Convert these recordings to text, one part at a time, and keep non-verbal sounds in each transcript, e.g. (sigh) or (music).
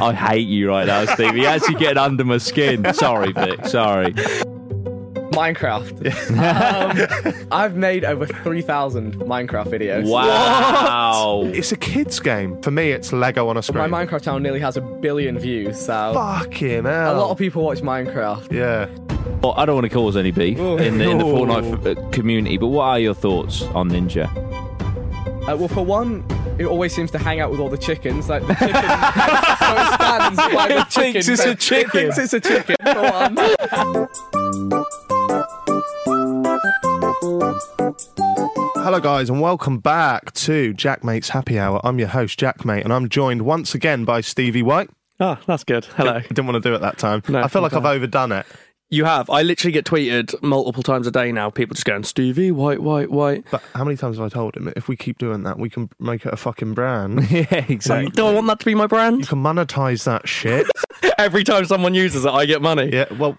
I hate you right now, Steve. You're actually getting under my skin. Sorry, Vic. Sorry. Minecraft. um, I've made over 3,000 Minecraft videos. Wow. It's a kids game. For me, it's Lego on a My screen. Minecraft channel nearly has a billion views, so Fucking a hell. lot of people watch Minecraft. Yeah. Well, I don't want to cause any beef Oh, in the, in the Fortnite f- community, but what are your thoughts on Ninja? Uh, well, for one, it always seems to hang out with all the chickens. Like the chicken, so it stands by the It chicken. thinks it's a but chicken. It thinks it's a chicken. For one. Hello, guys, and welcome back to Jack Mate's Happy Hour. I'm your host, Jack Mate, and I'm joined once again by Stevie White. Ah, that's good. Hello. I didn't want to do it that time. No, I feel like okay. I've overdone it. You have. I literally get tweeted multiple times a day now. People just going, Stevie, white, white, white. But how many times have I told him if we keep doing that, we can make it a fucking brand? yeah, exactly. Do I want that to be my You (laughs) brand? can monetize that shit. Every time someone uses it, I get money. yeah, well,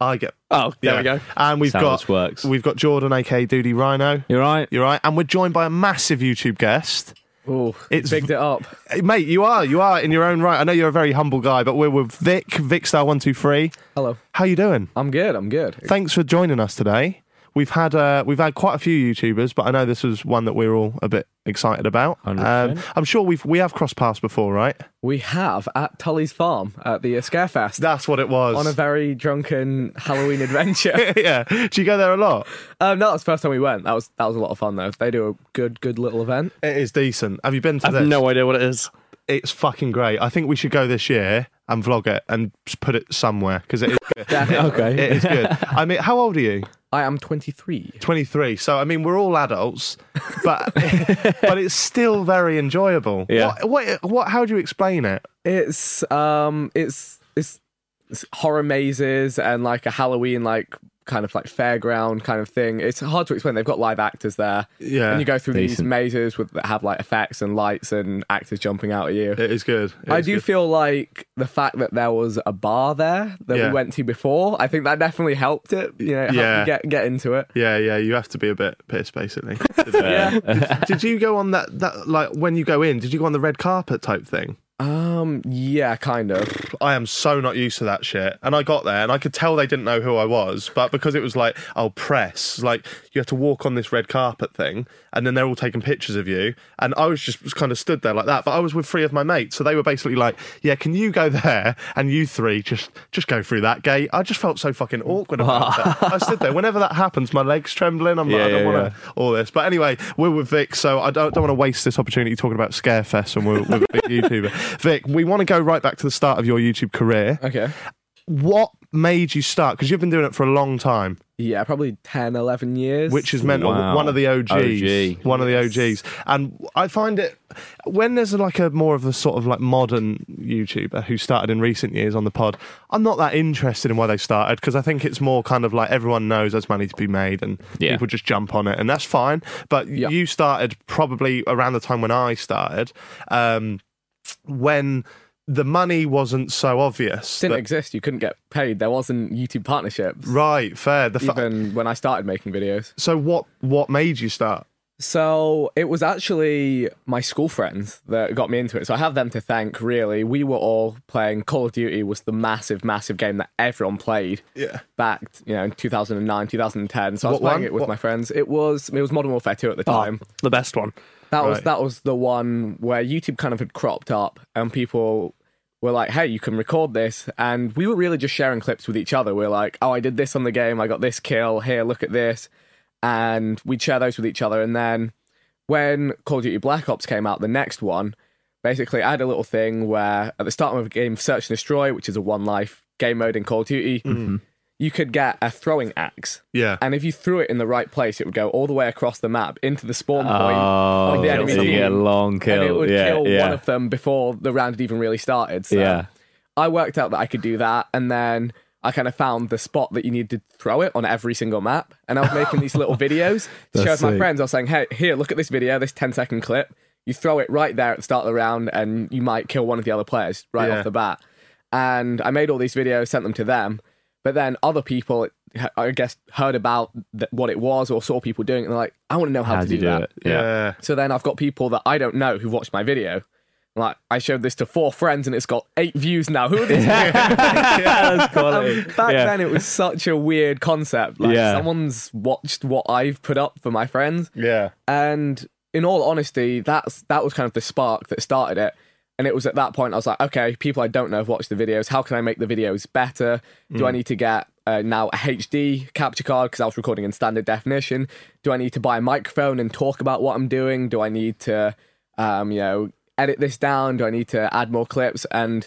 I get. Oh, there yeah. we go. And we've That's how got this works. we've got Jordan, aka Doody Rhino. You're right. You're right, and we're joined by a massive YouTube guest. Ooh, It's- it's bigged it up. Hey, mate, you are you are in your own right. I know you're a very humble guy, but we're with Vic, Vicstar one two three. Hello. How you doing? I'm good. I'm good. Thanks for joining us today. We've had uh, we've had quite a few YouTubers, but I know this was one that we were all a bit excited about. Um, 100%. I'm sure we've we have crossed paths before, right? We have at Tully's farm at the uh, Scarefest That's what it was. (laughs) on a very drunken Halloween adventure. yeah. Do you go there a lot? Um, no, that's the first time we went. That was that was a lot of fun though. They do a good good little event. It is decent. Have you been to I have this? no idea what it is. It's fucking great. I think we should go this year and vlog it and just put it somewhere because it is good. Okay. it is good. I mean, how old are you? I am 23. 23. So I mean, we're all adults, but (laughs) but it's still very enjoyable. Yeah. What, what? What? How do you explain it? It's um it's it's, it's horror mazes and like a Halloween like kind of like fairground kind of thing. It's hard to explain. They've got live actors there. Yeah, And you go through these decent. mazes with that have like effects and lights and actors jumping out at you. It is good. It I is do good. feel like the fact that there was a bar there that Yeah. we went to before, I think that definitely helped it. You know, it helped me Yeah. get get into it. Yeah, yeah. You have to be a bit pissed, basically. Did, did you go on that? That like when you go in, did you go on the red carpet type thing? Um, yeah, kind of. I am so not used to that shit. And I got there and I could tell they didn't know who I was, but because it was like, oh, press, like you have to walk on this red carpet thing and then they're all taking pictures of you. And I was just kind of stood there like that, but I was with three of my mates. So they were basically like, yeah, can you go there and you three just, just go through that gate? I just felt so fucking awkward about (laughs) it. I stood there. Whenever that happens, my legs trembling. I'm Yeah, like, I don't yeah, want to all this. But anyway, we're with Vic, so I don't, don't want to waste this opportunity talking about Scarefest and we're (laughs) with a big YouTuber. Vic, we want to go right back to the start of your YouTube career. Okay. What made you start? Because you've been doing it for a long time, Yeah, probably 10, 11 years. which is mental. Wow. One of the OGs. OG. One of the OGs. And I find it, when there's like a more of a sort of like modern YouTuber who started in recent years on the pod, I'm not that interested in why they started because I think it's more kind of like everyone knows there's money to be made and Yeah. people just jump on it and that's fine. But Yeah. you started probably around the time when I started, um, when the money wasn't so obvious. didn't that- exist. You couldn't get paid. There wasn't YouTube partnerships. right, fair. The fa- Even when I started making videos. so what what made you start? So it was actually my school friends that got me into it. So I have them to thank, really. We were all playing Call of Duty was the massive, massive game that everyone played. Yeah. Back, you know, in 2009, 2010. So I was What playing one? it with What- my friends. It was it was Modern Warfare 2 at the time. the best one. That was Right. that was the one where YouTube kind of had cropped up and people were like, "Hey, you can record this." And we were really just sharing clips with each other. We are like, "Oh, I did this on the game. I got this kill. Here, look at this." And we'd share those with each other. And then when Call of Duty Black Ops came out, the next one, basically, I had a little thing where at the start of a game, Search and Destroy, which is a one life game mode in Call of Duty, Mm-hmm. you could get a throwing axe. Yeah. And if you threw it in the right place, it would go all the way across the map into the spawn point Oh, of the enemy you team, get a long kill. and it would yeah, kill yeah. one of them before the round had even really started. So Yeah. I worked out that I could do that, and then I kind of found the spot that you need to throw it on every single map. And I was making (laughs) these little videos to show That's my sick. friends. I was saying, "Hey, here, look at this video, this 10 second clip. You throw it right there at the start of the round, and you might kill one of the other players right Yeah. off the bat." And I made all these videos, sent them to them, but then other people. I guess heard about th- what it was or saw people doing it and they're like, I want to know how, How to do you do that. it? Yeah. So then I've got people that I don't know who've watched my video. Like I showed this to four friends and it's got eight views now. Who are these? (laughs) That's quality. Um, back Yeah. then it was such a weird concept. Like Yeah. someone's watched what I've put up for my friends. Yeah. And in all honesty, that's that was kind of the spark that started it. And it was at that point I was like, okay, people I don't know have watched the videos. How can I make the videos better? Do I need to get uh, now a HD capture card because I was recording in standard definition? Do I need to buy a microphone and talk about what I'm doing? Do I need to, um, you know, edit this down? Do I need to add more clips? And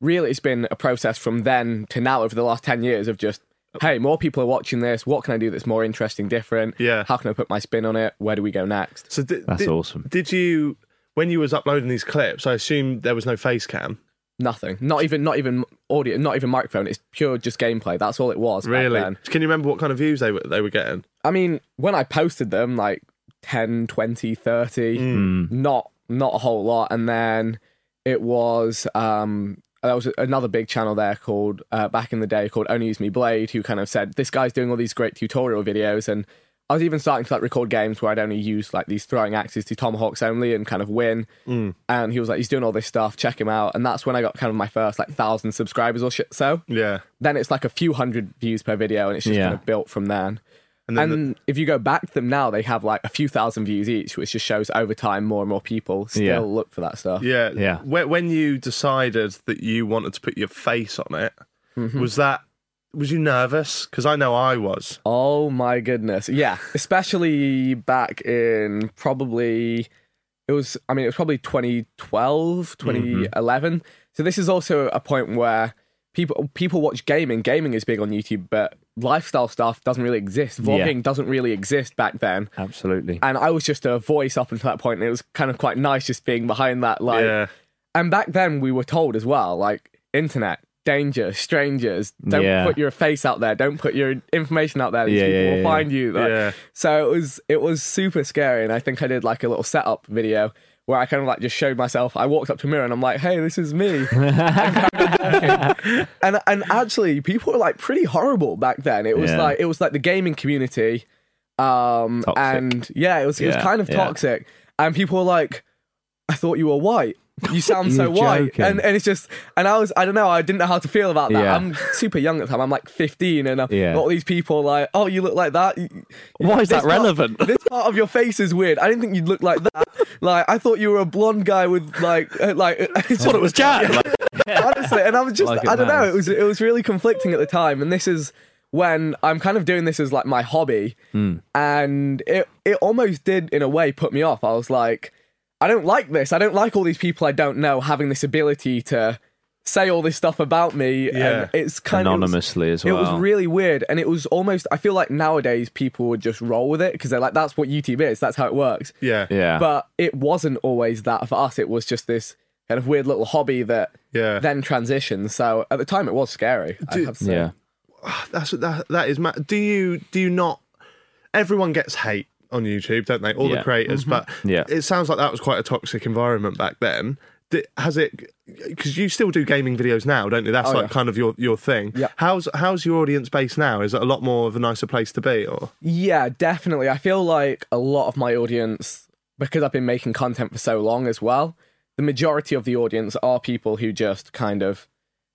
really, it's been a process from then to now over the last ten years of just. Hey, more people are watching this. What can I do that's more interesting, different? Yeah. How can I put my spin on it? Where do we go next? So di- That's di- awesome. Did you when you was uploading these clips? I assume there was no face cam. Nothing. Not even not even audio. Not even microphone. It's pure just gameplay. That's all it was. back then. Can you remember what kind of views they were they were getting? I mean, when I posted them, like 10, 20, 30, not not a whole lot. And then it was um there was another big channel there called uh, back in the day called Only Use Me Blade, who kind of said this guy's doing all these great tutorial videos, and I was even starting to like record games where I'd only use like these throwing axes to tomahawks only and kind of win. And he was like, he's doing all this stuff, check him out. And that's when I got kind of my first like thousand subscribers or shit. So Yeah. then it's like a few hundred views per video, and it's just Yeah. kind of built from then. And And, then if you go back to them now, they have like a few thousand views each, which just shows over time more and more people still Yeah. look for that stuff. Yeah. Yeah. When, when you decided that you wanted to put your face on it, was that was you nervous? Because I know I was. Oh my goodness. Yeah. Especially back in probably, it was, I mean, it was probably Mm-hmm. 2012, 2011. So this is also a point where people people watch gaming. Gaming is big on YouTube, but lifestyle stuff doesn't really exist. Vlogging doesn't really exist back then. Absolutely. and I was just a voice up until that point, and it was kind of quite nice just being behind that. Like, yeah. and back then we were told as well, like internet danger, strangers, don't Yeah. put your face out there, don't put your information out there. These Yeah, people yeah, will yeah, find you. Like, Yeah. So it was it was super scary, and I think I did like a little setup video. Where I kind of like just showed myself. I walked up to a mirror and I'm like, "Hey, this is me." (laughs) and and actually, people were like pretty horrible back then. It was Yeah. like it was like the gaming community um Toxic. and yeah it was it was Yeah, kind of yeah. toxic and people were like i thought you were white you (laughs) sound so You're white joking. and, and it's just and i was i don't know i didn't know how to feel about that Yeah. i'm super young at the time i'm like 15 and uh, Yeah. all these people like oh you look like that You- Why is this that (laughs) relevant? part, this part of your face is weird i didn't think you'd look like that like i thought you were a blonde guy with like uh, like (laughs) it's Thought it was Jack. (laughs) honestly and i was just Like it i don't know matters. it was it was really conflicting at the time and this is when i'm kind of doing this as like my hobby Hmm. and it it almost did in a way put me off i was like i don't like this i don't like all these people i don't know having this ability to say all this stuff about me. Yeah. And it's kind of Anonymously as It well. was really weird, and it was almost. I feel like nowadays people would just roll with it because they're like, "That's what YouTube is. That's how it works." Yeah. Yeah. But it wasn't always that for us. It was just this kind of weird little hobby that Yeah. then transitioned. So at the time, it was scary. I have to say. yeah. That's that. That is. ma- Do you do you not? Everyone gets hate on YouTube, don't they? All Yeah. the creators. But Yeah. it sounds like that was quite a toxic environment back then. Di- Has it? Because you still do gaming videos now, don't you? That's Oh, like yeah. kind of your your thing. Yeah. How's how's your audience base now? Is it a lot more of a nicer place to be? Or Yeah, definitely. I feel like a lot of my audience, because I've been making content for so long as well, the majority of the audience are people who just kind of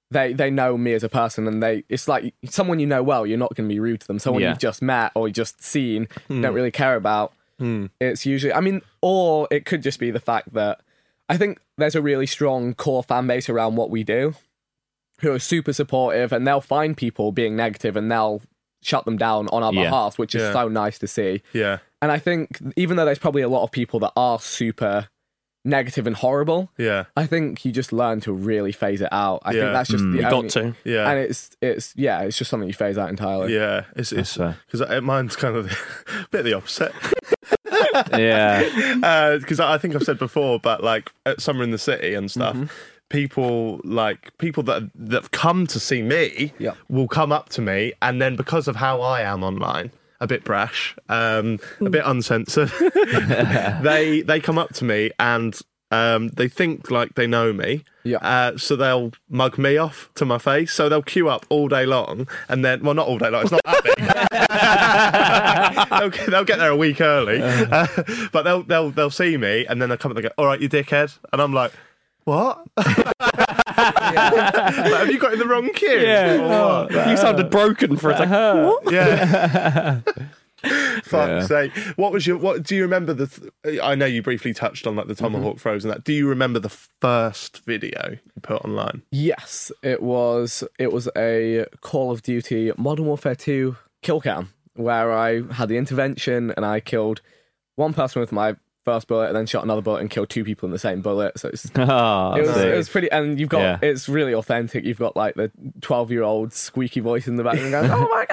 they they know me as a person and they it's like someone you know well, you're not gonna be rude to them. Someone Yeah. Hmm. you've just met or just seen, don't really care about. It's usually I mean, or it could just be the fact that I think there's a really strong core fan base around what we do who are super supportive and they'll find people being negative and they'll shut them down on our Yeah. behalf, which is Yeah. so nice to see. yeah, And I think even though there's probably a lot of people that are super negative and horrible, yeah, I think you just learn to really phase it out. I Yeah. think that's just the Mm. You only, got to. yeah. And it's it's yeah, it's just something you phase out entirely. yeah, it's it's That's because mine's kind of (laughs) a bit the opposite. Yeah. because Uh, I I think I've said before, but like at Summer in the City and stuff, people like people that that have come to see me Yeah. will come up to me, and then because of how I am online, a bit brash, um, a bit uncensored, (laughs) they they come up to me and. Um, they think like they know me, Yeah. Uh, so they'll mug me off to my face. So they'll queue up all day long, and then well, not all day long. It's not that big (laughs) they'll, get- they'll get there a week early, Uh, but they'll they'll they'll see me and then they'll come up and they go, "All right, you dickhead," and I'm like, "What? (laughs) Like, have you got in the wrong queue?" Or what? you sounded broken for a second. yeah. Fuck's sake! What was your? What do you remember? The th- I know you briefly touched on like the tomahawk throws and that. Do you remember the first video you put online? Yes, it was it was a Call of Duty Modern Warfare 2 kill cam where I had the intervention and I killed one person with my first bullet and then shot another bullet and killed two people in the same bullet. So it's Ah, it was, sick. it was pretty, and you've got Yeah. it's really authentic. You've got like the twelve-year-old squeaky voice in the (laughs) background. Going, oh my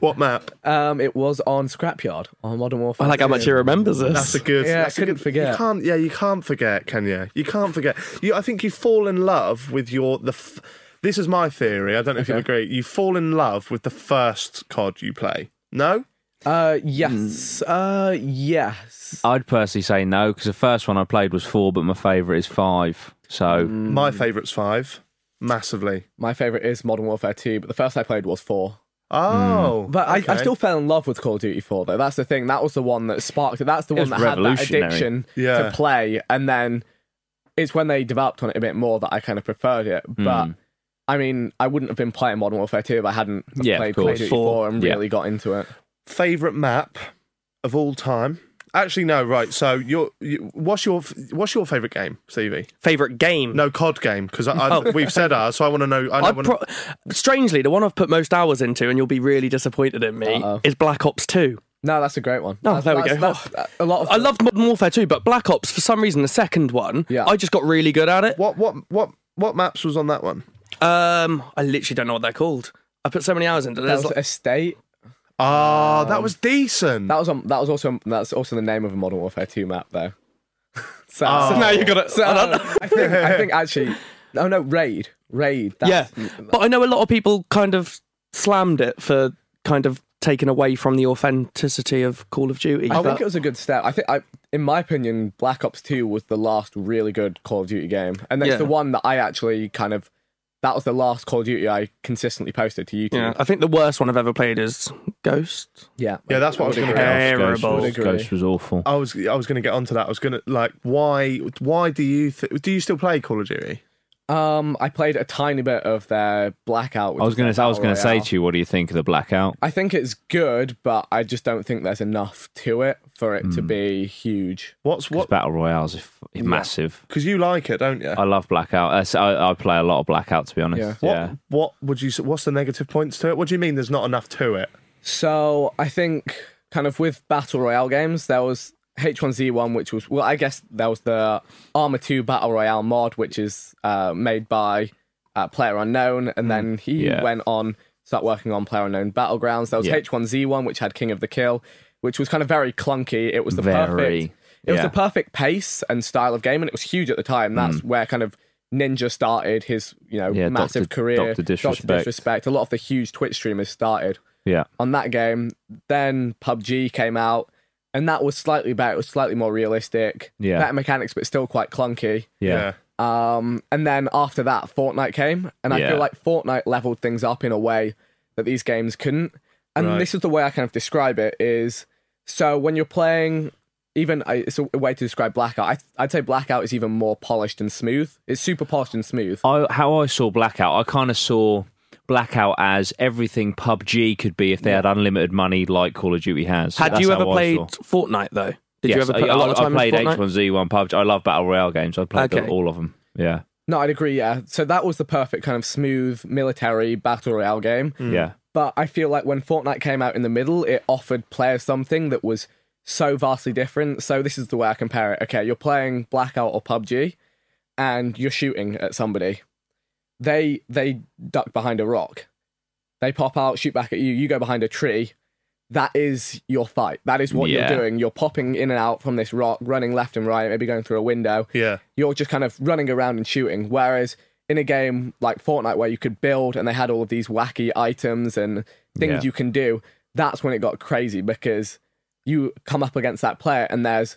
What map? god! Um, it was on Scrapyard on Modern Warfare. I like how 2. much he remembers this. That's a good. Yeah, I that's a couldn't good- You forget. can't. Yeah, you can't forget, can you? You can't forget. You, I think you fall in love with your the. F- this is my theory. I don't know if you you agree. You fall in love with the first COD you play. No. Uh, yes. Uh, yes. I'd personally say no because the first one I played was four, but my favourite is five. So My Mm. favourite's five. Massively. My favorite is Modern Warfare Two, but the first I played was four. Oh. Mm. But I, I okay. still fell in love with Call of Duty 4, though. That's the thing. That was the one that sparked it. That's the It was one that had that revolutionary. addiction Yeah. to play. And then it's when they developed on it a bit more that I kind of preferred it. But I mean, I wouldn't have been playing Modern Warfare 2 if I hadn't Yeah, of played Call course. of Duty Four. 4 and Yeah. really got into it. favourite map of all time. Actually, no. Right. So your you, what's your f- what's your favourite game, Stevie? Favorite game? No COD game because I, Oh. I, we've said ours. So I want to know. I I know when- pro- strangely, the one I've put most hours into, and you'll be really disappointed in me, Uh-oh. is Black Ops 2. No, that's a great one. Oh, that's, there we that's- go. that's- that- a lot of I loved Modern Warfare 2, but Black Ops, for some reason, the second one, Yeah. I just got really good at it. what what what what maps was on that one? Um, I literally don't know what they're called. I put so many hours into it. that There's was like- Estate. Ah, that was decent. Um, That was on, that was also that's also the name of a Modern Warfare 2 map, though. (laughs) so, So now you got it. so, I think I think actually. Oh no, raid, raid. (laughs) yeah, (laughs) That's, but I know a lot of people kind of slammed it for kind of taking away from the authenticity of Call of Duty. I but- think it was a good step. I think, I, in my opinion, Black Ops Two was the last really good Call of Duty game, and it's Yeah. the one that I actually kind of that was the last Call of Duty I consistently posted to YouTube. yeah, I think the worst one I've ever played is Ghost. yeah, yeah, that's what I was going to get. Ghost Terrible. was, Ghost was awful. I was I was going to get onto that. I was going to like why why do you th- do you still play Call of Duty? Um, I played a tiny bit of their Blackout. Which I was is gonna, their I was battle gonna say royale. to you, what do you think of the blackout? I think it's good, but I just don't think there's enough to it for it Hmm. to be huge. What's Because what battle royales is f- massive. because you like it, don't you? I love blackout. I s- I, I play a lot of blackout to be honest. Yeah. Yeah, what what would you s- what's the negative points to it? What do you mean there's not enough to it? So I think kind of with battle royale games, there was H1Z1, which was well, I guess that was the Armor 2 Battle Royale mod, which is uh, made by uh, Player Unknown, and then he Hmm, Yeah. went on start working on Player Unknown Battlegrounds. There was Yeah. H1Z1, which had King of the Kill, which was kind of very clunky. It was the Very, perfect, it was yeah. Hmm. the perfect pace and style of game, and it was huge at the time. That's where kind of Ninja started his you know Yeah, massive Dr. career. Dr. Disrespect. Disrespect. A lot of the huge Twitch streamers started Yeah. on that game. Then PUBG came out, and that was slightly better. It was slightly more realistic. Yeah. Better mechanics, but still quite clunky. Yeah. Um, and then after that, Fortnite came, and I Yeah. feel like Fortnite leveled things up in a way that these games couldn't. And Right. this is the way I kind of describe it is so when you're playing, even I- it's a way to describe Blackout. I, I'd say Blackout is even more polished and smooth. It's super polished and smooth. I, how I saw Blackout, I kind of saw Blackout as everything PUBG could be if they had unlimited money, like Call of Duty has. Had That's you how ever I played saw. Fortnite though? Did you Yes, ever put I, a lot of I- time I played into Fortnite? H1Z1 PUBG. I love battle royale games. I played Okay. all of them. Yeah, No, I'd agree. Yeah. So that was the perfect kind of smooth military battle royale game. Hmm. yeah, But I feel like when Fortnite came out in the middle, it offered players something that was so vastly different. So this is the way I compare it. Okay, you're playing Blackout or PUBG, and you're shooting at somebody. They they duck behind a rock. They pop out, shoot back at you. You go behind a tree. That is your fight. That is what Yeah. you're doing. You're popping in and out from this rock, running left and right, maybe going through a window Yeah. you're just kind of running around and shooting. Whereas in a game like Fortnite, where you could build and they had all of these wacky items and things Yeah. you can do, that's when it got crazy because you come up against that player and there's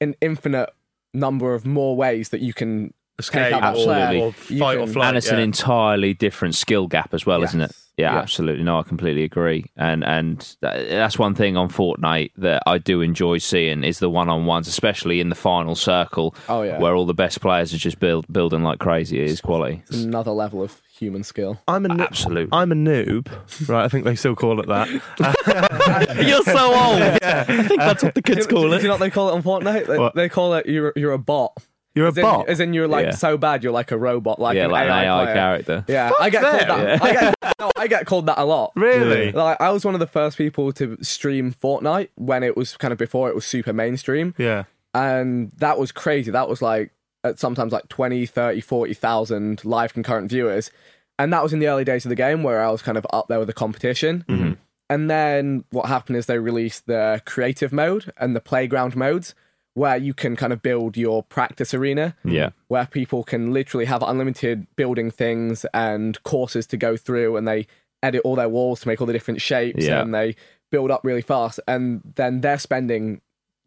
an infinite number of more ways that you can Escape take out that absolutely. player. or You fight or can- flight. and it's yeah. an entirely different skill gap as well, isn't it? Yes. Yeah, Yeah. absolutely. No, I completely agree. And and tha- that's one thing on Fortnite that I do enjoy seeing is the one on ones, especially in the final circle. Oh, yeah. where all the best players are just build, building like crazy. It is quality. Another level of human skill. I'm a noob. Absolute. I'm a noob. Right, I think they still call it that. (laughs) You're (laughs) so old. I think that's what the kids call Do you it. know what they call it on Fortnite? They, What? they call it you're you're a bot. You're a As in, bot. as in you're like Yeah. so bad you're like a robot, like yeah, an like an AI, AI, player. character. Yeah, I get called that. I, get, no, I get called that a (laughs) lot. Really? Like I was one of the first people to stream Fortnite when it was kind of before it was super mainstream, yeah. and that was crazy. That was like at sometimes like 20, 30, 40,000 live concurrent viewers. And that was in the early days of the game where I was kind of up there with the competition. Mm-hmm. And then what happened is they released the creative mode and the playground modes where you can kind of build your practice arena Yeah. where people can literally have unlimited building things and courses to go through and they edit all their walls to make all the different shapes Yeah. and they build up really fast and then they're spending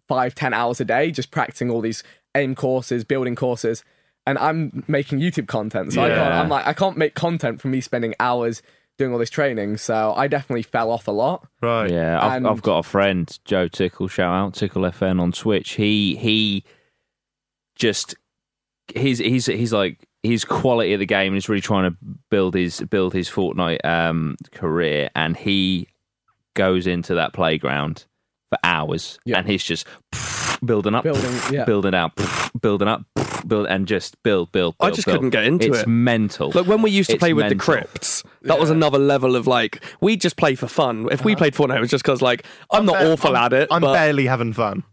five ten hours a day just practicing all these aim courses building courses and i'm making youtube content so I can't, Yeah. i'm like i can't make content from me spending hours doing all this training so i definitely fell off a lot Right. Yeah, I've, And- I've got a friend, Joe Tickle. Shout out Tickle FN on Twitch. He he just he's he's he's like his quality of the game. He's really trying to build his build his Fortnite um, career, and he goes into that playground for hours, Yeah. and he's just building up, Building, yeah. building out, building up, build, and just build, build. I build, just build. couldn't get into it's it. mental. Like when we used to It's play with the mental. crypts, that was another level of like we just play for fun. If we played Fortnite, it was just because like I'm, not awful at it. I'm but barely having (laughs) fun.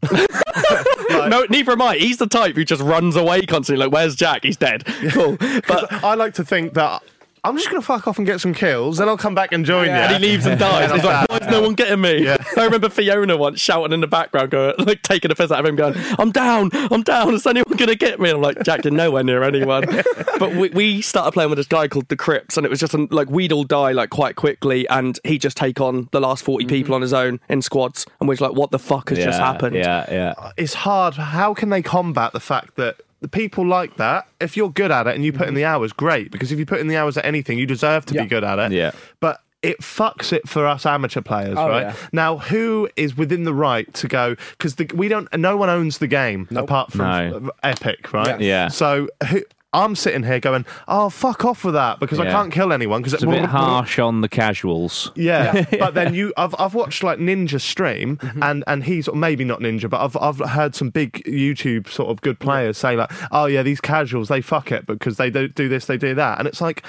no, neither am I. He's the type who just runs away constantly. Like, where's Jack? He's dead. (laughs) Cool, but I like to think that I'm just going to fuck off and get some kills, then I'll come back and join and you. he leaves and dies. He's like, why is no one getting me? Yeah. (laughs) I remember Fiona once shouting in the background, going, like taking the piss out of him, going, I'm down, I'm down, is anyone going to get me? I'm like, Jack, you're nowhere near anyone. (laughs) but we, we started playing with this guy called The Crips, and it was just an- like, we'd all die like quite quickly, and he'd just take on the last 40 people on his own in squads, and we're just like, what the fuck has Mm-hmm. yeah, just happened? Yeah, yeah. It's hard. How can they combat the fact that the people like that, if you're good at it and you put in the hours, great. Because if you put in the hours at anything, you deserve to Yeah. be good at it. Yeah. But it fucks it for us amateur players, Oh, right? yeah. Now, who is within the right to go? Because we don't. No one owns the game apart from No. Epic, right? Yeah. So who? I'm sitting here going, "Oh, fuck off with that," because I Yeah. can't kill anyone. Because It's a bit harsh on the casuals. yeah, (laughs) but then you, I've, I've watched like Ninja stream, and and he's or maybe not Ninja, but I've I've heard some big YouTube sort of good players say like, oh yeah, these casuals they fuck it because they do do this, they do that, and it's like.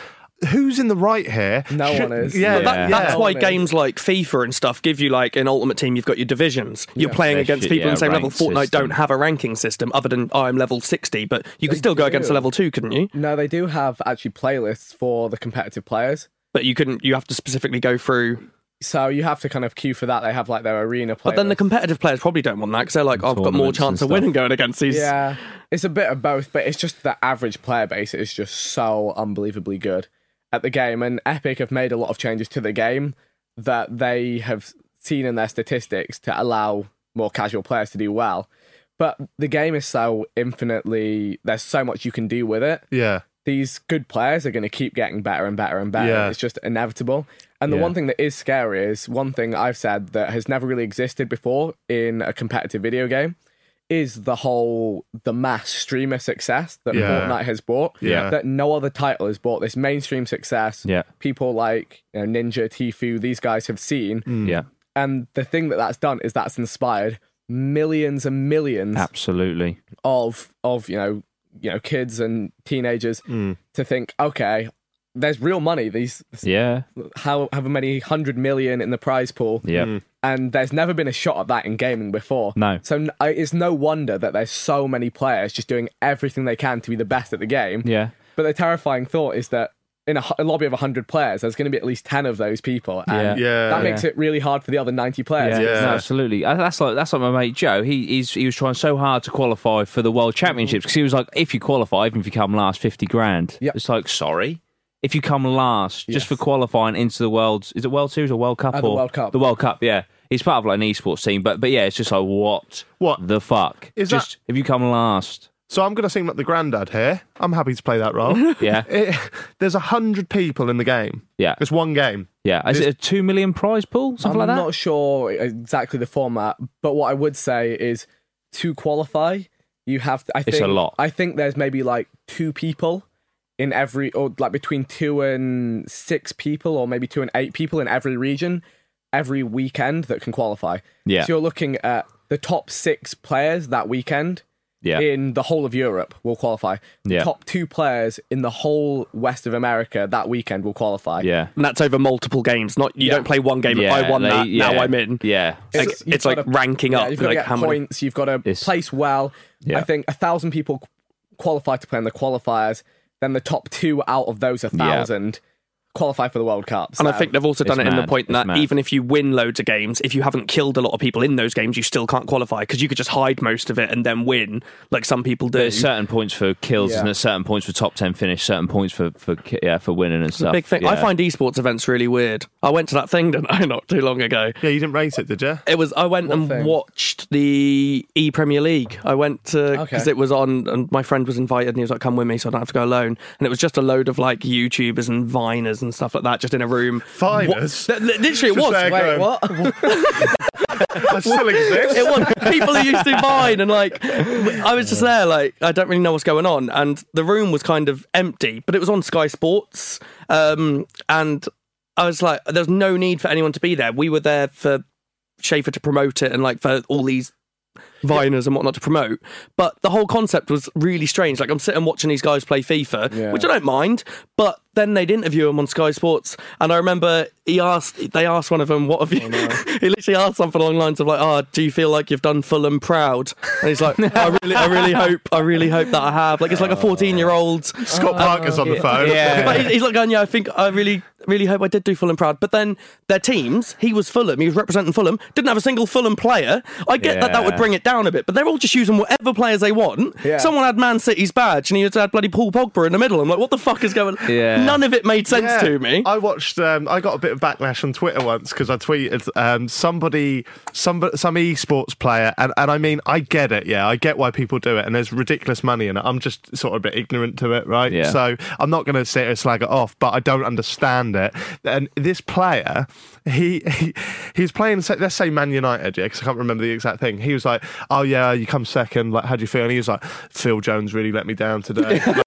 who's in the right here? No one is. Yeah, But That, yeah. That's why Yeah. games like FIFA and stuff give you like an Ultimate Team. You've got your divisions. You're playing They against should- people yeah, on the same level. ranked Fortnite system. don't have a ranking system other than oh, I'm level sixty, but you could They still go against do. a level two, couldn't you? No, they do have actually playlists for the competitive players. But you couldn't. You have to specifically go through. So you have to kind of queue for that. They have like their arena playlist. But then the competitive players probably don't want that because they're like, oh, I've got more Tournaments chance and of winning stuff. going against these. Yeah, it's a bit of both, but it's just the average player base is just so unbelievably good at the game. And Epic have made a lot of changes to the game that they have seen in their statistics to allow more casual players to do well. But the game is so infinitely, there's so much you can do with it. yeah. These good players are going to keep getting better and better and better. Yeah. It's just inevitable. And the Yeah. one thing that is scary is one thing I've said that has never really existed before in a competitive video game is the whole the mass streamer success that Yeah. Fortnite has brought. Yeah. That no other title has brought this mainstream success. Yeah. People like you know, Ninja, Tfue, these guys have seen. Yeah, And the thing that that's done is that's inspired millions and millions absolutely. of of you know you know kids and teenagers Mm. to think okay there's real money these Yeah, how however many hundred million in the prize pool yeah. and there's never been a shot at that in gaming before No. so n- I- it's no wonder that there's so many players just doing everything they can to be the best at the game Yeah. but the terrifying thought is that in a, hu- a lobby of 100 players there's going to be at least 10 of those people and Yeah. Yeah. that makes it really hard for the other 90 players Yeah, Yeah. no, absolutely. And That's like that's like my mate Joe. He he's, he was trying so hard to qualify for the World Championships because he was like, if you qualify, even if you come last, fifty grand. Yep. It's like, sorry, if you come last Yes. just for qualifying into the World is it World Series or World Cup Uh, the or World Cup. The World Cup, yeah. He's part of like an esports team, but but yeah, it's just like what What? the fuck Is just if you come last, So I'm going to sing like the granddad here. I'm happy to play that role. yeah, (laughs) it, there's a hundred people in the game. Yeah. It's one game. yeah. Is it a two million prize pool something I'm like that? not sure exactly the format, but what I would say is to qualify, you have to. I a think, lot. I think there's maybe like two people in every, or like between two and six people, or maybe two and eight people in every region every weekend that can qualify. Yeah. So you're looking at the top six players that weekend yeah, in the whole of Europe will qualify. The Yeah. top two players in the whole West of America that weekend will qualify. yeah. And that's over multiple games. Not you don't play one game. Yeah, I won they- that. yeah, Now I'm in. Yeah, Like, It's- you've it's, like gotta- ranking yeah, up. You've got to like get how many, points. You've got to It's- place well. Yeah. I think a thousand people qualify to play in the qualifiers. Then the top two out of those a Yeah. thousand qualify for the World Cup. And I So, think they've also done it It's in the mad. point It's that mad. even if you win loads of games, if you haven't killed a lot of people in those games, you still can't qualify because you could just hide most of it and then win, like some people do. There's certain points for kills, Yeah. and there's certain points for top ten finish, certain points for for ki- yeah for winning and The stuff. big thing. I Yeah. find esports events really weird. I went to that thing, didn't I, (laughs) not too long ago? Yeah, you didn't rate it, did you? It was. I went What and thing? watched the E Premier League. I went to Okay. because it was on, and my friend was invited, and he was like, "Come with me," so I don't have to go alone. And it was just a load of like YouTubers and Viners and stuff like that, just in a room. Finers? What- Li- Literally, it Just was. there Wait, going, what? I still exist. it was people who used to vine and like I was just there like I don't really know what's going on and the room was kind of empty but it was on Sky Sports um, and I was like there's no need for anyone to be there we were there for Schaefer to promote it and like for all these viners and whatnot to promote but the whole concept was really strange like I'm sitting watching these guys play FIFA Yeah. which I don't mind but then they'd interview him on Sky Sports and I remember he asked they asked one of them what have you (laughs) he literally asked something along the lines of like oh do you feel like you've done Fulham proud and he's like I really I really hope I really hope that I have like it's like a 14 year old Scott Parker's on the phone. (laughs) but he- he's like going, yeah, I think I really, really hope I did do Fulham proud. But then their teams, he was Fulham, he was representing Fulham, didn't have a single Fulham player. I get that that would Yeah. bring it down a bit, but they're all just using whatever players they want. Yeah. Someone had Man City's badge and he had bloody Paul Pogba in the middle. I'm like, what the fuck is going on? Yeah. None of it made sense Yeah. to me. I watched. Um, I got a bit of backlash on Twitter once because I tweeted um, somebody, some some esports player, and, and I mean, I get it. Yeah, I get why people do it, and there's ridiculous money in it. I'm just sort of a bit ignorant to it, right? Yeah. So I'm not going to sit and slag it off, but I don't understand it. And this player, he, he he's playing. say- Let's say Man United, yeah, because I can't remember the exact thing. He was like, "Oh yeah, you come second. Like, how do you feel?" And he was like, "Phil Jones really let me down (laughs) today." (laughs)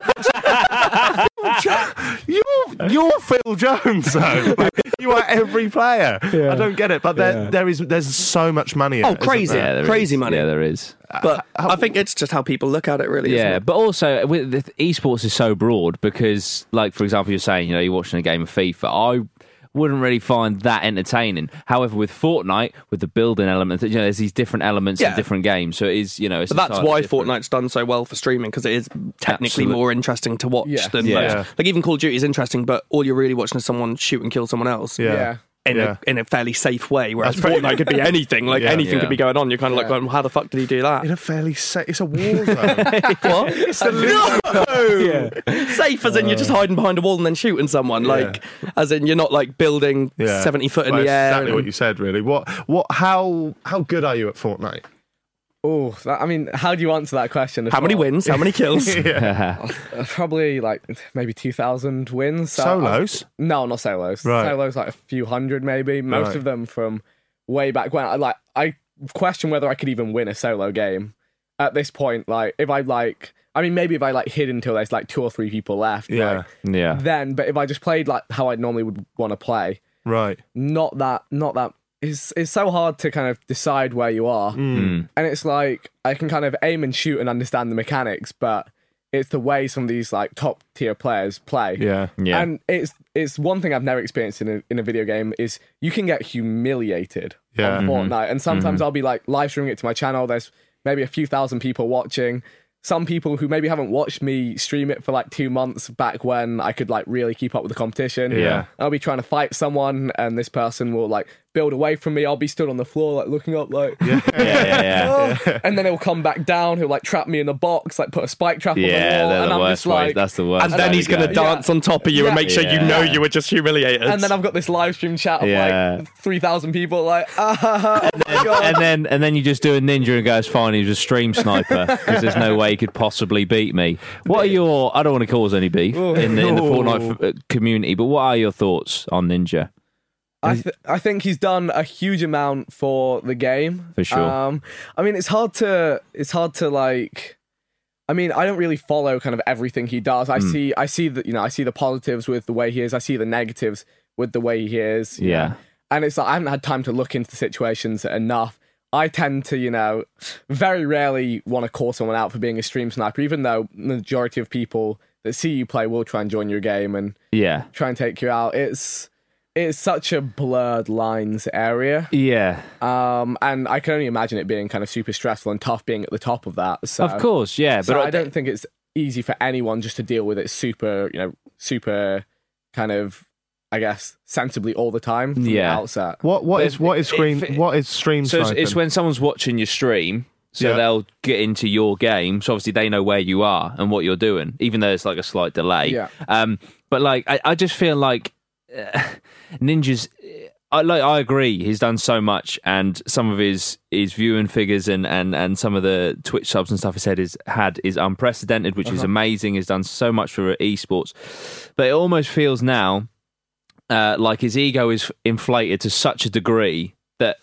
Phil Jo- you're you're Phil Jones though. Like, you are every player. I don't get it, but there, Yeah. there is there's so much money. In Oh, it, isn't crazy. there? Yeah, there Crazy is. money. Yeah, there is. But I think it's just how people look at it, really. isn't Yeah, it? but also with the, esports is so broad because, like for example, you're saying you know you're watching a game of FIFA. I wouldn't really find that entertaining. However, with Fortnite, with the building element, you know, there's these different elements in Yeah. different games. So it is you know, it's But that's entirely why different. (laughs) Fortnite's done so well for streaming because it is technically Absolute- more interesting to watch Yeah. than Yeah. most. Yeah. Like even Call of Duty is interesting, but all you're really watching is someone shoot and kill someone else. Yeah. Yeah. In, Yeah. A, in a fairly safe way, whereas That's pretty- Fortnite could be anything. (laughs) Like Yeah. anything Yeah. could be going on. You're kind of like, well, how the fuck did he do that? In a fairly safe, it's a war zone. (laughs) what? (laughs) It's the no! Safe as in you're Uh, just hiding behind a wall and then shooting someone. Like as in you're not like building Yeah. seventy foot in Well, the it's air. Exactly and- what you said, really. What, what, how, how good are you at Fortnite? (laughs) Oh, that, I mean, how do you answer that question? at how many all? wins? How (laughs) many kills? (laughs) Uh, Probably like maybe 2,000 wins. So Solos? I- no, not solos. Right. Solos, like a few hundred maybe. Most Right. of them from way back when. I like, I question whether I could even win a solo game at this point. Like, if I like, I mean, maybe if I like hid until there's like two or three people left. Yeah. like, yeah. then, but if I just played like how I normally would want to play, Right. not that, not that. It's, it's so hard to kind of decide where you Mm. are and it's like I can kind of aim and shoot and understand the mechanics, but it's the way some of these like top tier players play. Yeah. Yeah. And it's it's one thing I've never experienced in a, in a video game is you can get humiliated Yeah. Mm-hmm. on Mm-hmm. Fortnite, and sometimes I'll be like live streaming it to my channel. There's maybe a few thousand people watching. Some people who maybe haven't watched me stream it for like two months back when I could like really keep up with the competition. Yeah. I'll be trying to fight someone, and this person will like build away from me. I'll be stood on the floor like looking up like (laughs) "Oh," yeah, yeah, yeah. (laughs) Oh, and then he'll come back down. He'll like trap me in a box, like put a spike trap Yeah, on the wall, they're and the I'm worst just like, ways. That's the worst. And then way he's going to go. dance on top of you and Yeah. make sure you Yeah. know you were just humiliated. and then I've got this live stream chat of Yeah. like three thousand people, like, ah, ha, ha, (laughs) oh my god, and then and then you just do a ninja and goes fine he was a stream sniper because there's no way he could possibly beat me what are your i don't want to cause any beef in the, in the fortnite f- uh, community but what are your thoughts on ninja I, th- I think he's done a huge amount for the game For sure. Um, I mean, it's hard to it's hard to like. I mean, I don't really follow kind of everything he does. Hmm. I see I see the you know I see the positives with the way he is. I see the negatives with the way he is. you Yeah. know. and it's like I haven't had time to look into the situations enough. I tend to, you know, very rarely want to call someone out for being a stream sniper, even though majority of people that see you play will try and join your game and yeah try and take you out. It's it's such a blurred lines area, yeah um, and I can only imagine it being kind of super stressful and tough being at the top of that. So, of course yeah but so I don't think it's easy for anyone just to deal with it super, you know, super kind of, I guess, sensibly all the time from Yeah. the outset. What, what There's- is, what is it- screen, it- what is stream so it's, sniping? it's when someone's watching your stream so Yeah. they'll get into your game so obviously they know where you are and what you're doing even though it's like a slight delay Yeah. um but like i, I just feel like uh, (laughs) ninjas I like. I agree. He's done so much, and some of his his viewing figures and and and some of the Twitch subs and stuff he said is had is unprecedented, which is amazing. He's done so much for esports, but it almost feels now uh, like his ego is inflated to such a degree that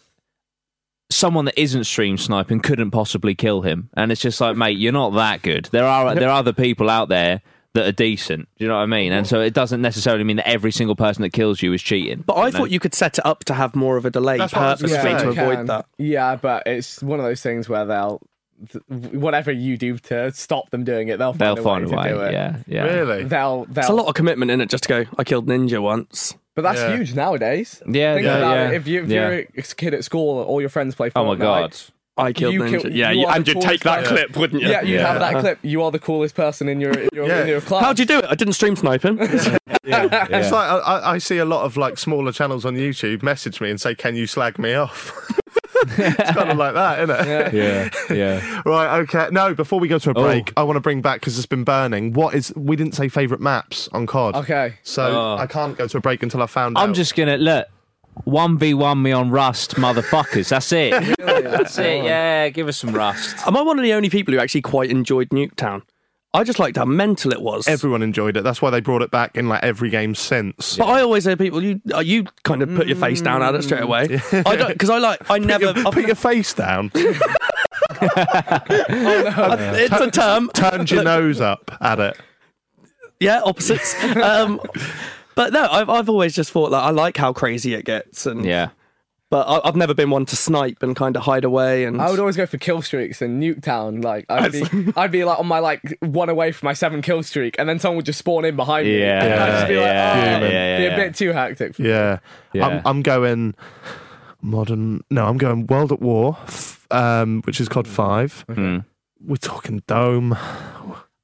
someone that isn't stream sniping couldn't possibly kill him. And it's just like, mate, you're not that good. There are there are other people out there that are decent. Do you know what I mean? And so it doesn't necessarily mean that every single person that kills you is cheating. But I know? thought you could set it up to have more of a delay That's what I was gonna purposely say. to you avoid can. that. Yeah, but it's one of those things where they'll. th- Whatever you do to stop them doing it, they'll find, they'll a, find way a way. to do it. Yeah, yeah. really? They'll, they'll It's a lot of commitment in it just to go, I killed Ninja once. But that's Yeah. huge nowadays. Yeah, think yeah, about yeah. it. If, you, if Yeah. you're a kid at school, all your friends play Fortnite. Oh my god. I killed You Ninja. kill- yeah, you you, are and the you'd take coolest that guy. clip, wouldn't you? Yeah, you'd have Yeah. (laughs) that clip. You are the coolest person in your in your, Yeah. in your class. How'd you do it? I didn't stream (laughs) snipe him. It's like I- I, I see a lot of like smaller channels on YouTube message me and say, "Can you slag me off?" (laughs) it's kind of like that, isn't it? Yeah, yeah. (laughs) Right. Okay. No. Before we go to a break, I want to bring back because it's been burning. What is? We didn't say favorite maps on COD. Okay. So Oh. I can't go to a break until I found. I'm out. just gonna look. One v one me on Rust, motherfuckers. That's it. (laughs) That's it. Yeah, give us some Rust. Am I one of the only people who actually quite enjoyed Nuketown? I just liked how mental it was. Everyone enjoyed it. That's why they brought it back in like every game since. but I always hear people, you uh, you kind of put your face down at it straight away. I don't because I like I never. Put your- put your face down. I've- it's a term. Turned your nose up at it. Yeah, opposites. Um, But no, I've, I've always just thought like I like how crazy it gets, and Yeah. But I, I've never been one to snipe and kind of hide away. And I would always go for kill streaks in Nuketown. Like I'd be, I'd be like on my like one away from my seven kill streak, and then someone would just spawn in behind me. Yeah. and I'd just be like, Yeah. oh, Yeah, yeah, be a yeah. bit too hectic. For Yeah. Yeah. I'm, I'm going modern. No, I'm going World at War, f- um, which is called Five. We're talking Dome,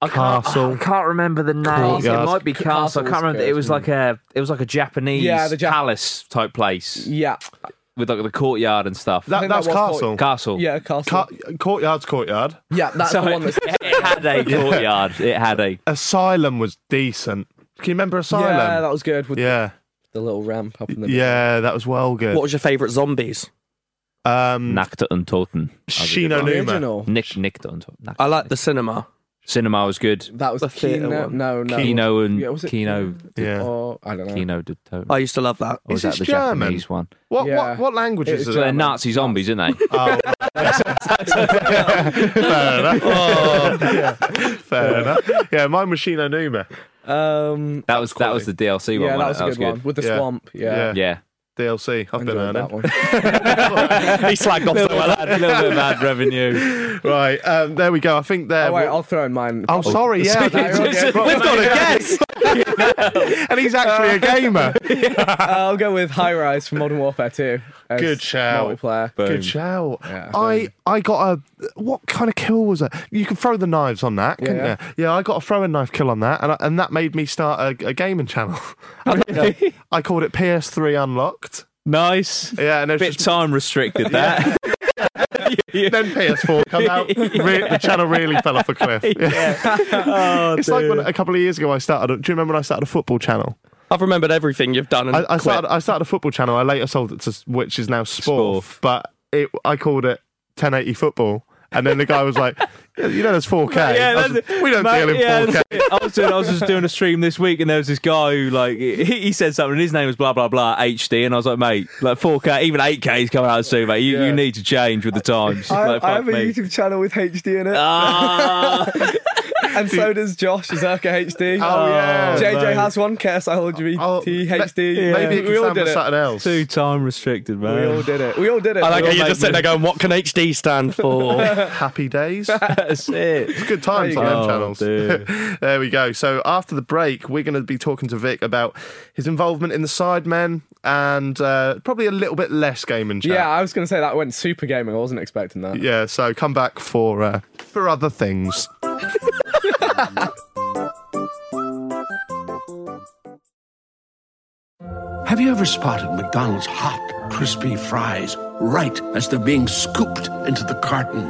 Castle. I can't remember the name. Courtyard. It might be Castle castle. I was can't remember. It good, was like a it was like a Japanese Yeah, the Jap- Palace type place Yeah, with like the courtyard and stuff. That, think that's that was Castle. called- Castle. yeah, castle. Ca- courtyard's Courtyard. yeah, that's So the one. it, (laughs) That's, it had (laughs) a courtyard. It had a. Asylum was decent. Can you remember Asylum? yeah, that was good. With yeah. the little ramp up in the Yeah, that was well good. what was your favourite zombies? Mm. Um, Nakta and Toten. Shino Numa. original. Nick, Nick and Toten. Uh, I like the cinema. Cinema was good. That was The theatre Kino. one. No, no, Kino and Yeah, was it- Oh, Kino. Yeah. Or, I don't know. Kino did Toten. I used to love that. Or was Is that this the German? Japanese one? What, Yeah. what what language It is was it? So they're Nazi zombies, aren't (laughs) they? Oh. Fair enough. (laughs) yeah. Fair enough. Yeah, mine was Shino Numa. Um, That was that was the DLC one. yeah, that wasn't was it? a good, one with the Yeah. swamp. Yeah, Yeah. Yeah. DLC. I've been Enjoyed earning. that one. (laughs) he slagged off so well. a little bit of ad (laughs) revenue. Right, um, there we go. I think (laughs) there. Oh, wait, I'll throw in mine. Oh, sorry. (laughs) Yeah, No, you're all good. we've got a guest, (laughs) and he's actually (laughs) a gamer. I'll go with High Rise from Modern Warfare 2. as Good shout. Multiplayer. Good shout. Yeah. I I got a what kind of kill was it? You can throw the knives on that, can Yeah. not you? Yeah, I got a throwing knife kill on that, and I, and that made me start a, a gaming channel. (laughs) I called it PS3 Unlocked. Nice. Yeah, and it was Bit just time restricted (laughs) that. then PS4 come out. (laughs) Re- the channel really fell off a (laughs) cliff. (laughs) it's like when a couple of years ago I started. a- Do you remember when I started a football channel? I've remembered everything you've done. And I, I quit. started. I started a football channel. I later sold it to s- which is now Sporf, Sporf. but it I called it 1080 Football. And then the guy was like, (laughs) "Yeah, "You know, there's 4K. I was like, we don't deal in 4K." I was, doing, I was just doing a stream this week, and there was this guy who, like, he, he said something, and his name was blah blah blah HD, and I was like, mate, like 4K, even 8K is coming out soon, mate. You, you need to change with the times. like, fuck me. channel with HD in it, Ah. (laughs) and so does Josh, Zerka HD. Oh, yeah. JJ Mate. has one, Kes, I hold you, Oh, HD. ma- Maybe it we could all stand did for it. something else. Too time restricted, man. We all did it. We all did it. I like We how all you're just sitting there going, "What can HD stand (laughs) for?" Happy days. (laughs) That's it. Good times on There you them go. channels. Oh, (laughs) there we go. So after the break, we're going to be talking to Vic about his involvement in the Sidemen and uh, probably a little bit less gaming chat. yeah, I was going to say that went super gaming. I wasn't expecting that. Yeah, so come back for uh, for other things. Have you ever spotted McDonald's hot, crispy fries right as they're being scooped into the carton?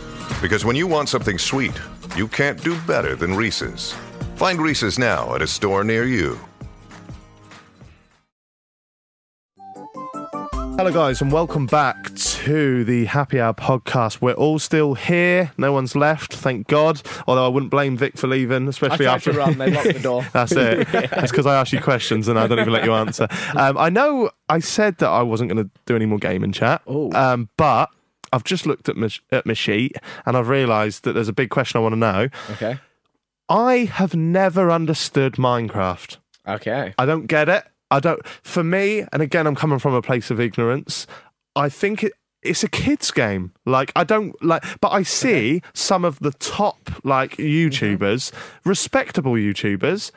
Because when you want something sweet, you can't do better than Reese's. Find Reese's now at a store near you. Hello, guys, and welcome back to the Happy Hour podcast. We're all still here. No one's left, thank God. Although I wouldn't blame Vic for leaving, I especially tried after. to run, they locked the door. (laughs) That's (laughs) it. That's because I asked you questions and I don't even let you answer. Um, I know I said that I wasn't going to do any more gaming chat, um, but I've just looked at my, at my sheet and I've realised that there's a big question I want to know. Okay. I have never understood Minecraft. Okay. I don't get it. I don't. For me, and again, I'm coming from a place of ignorance. I think it, it's a kids' game. Like I don't like, but I see some of the top like YouTubers, respectable YouTubers,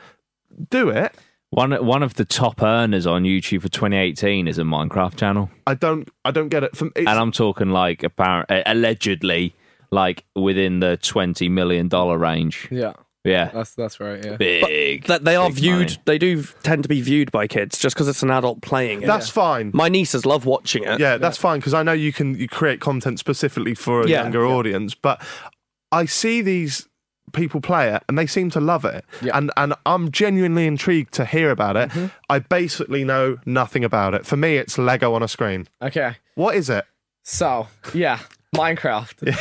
do it. One one of the top earners on YouTube for 2018 is a Minecraft channel, I don't. I don't get it. From it's, and I'm talking like apparent uh, allegedly like within the 20 million dollar range. Yeah, Yeah, that's that's right. Yeah. big. that they are big viewed. money. They do tend to be viewed by kids just because it's an adult playing it. that's fine. my nieces love watching it. yeah, that's fine because I know you can you create content specifically for a Yeah. younger audience, but I see these people play it and they seem to love it. And and I'm genuinely intrigued to hear about it. I basically know nothing about it. For me, it's Lego on a screen. Okay. What is it? So, yeah, Minecraft.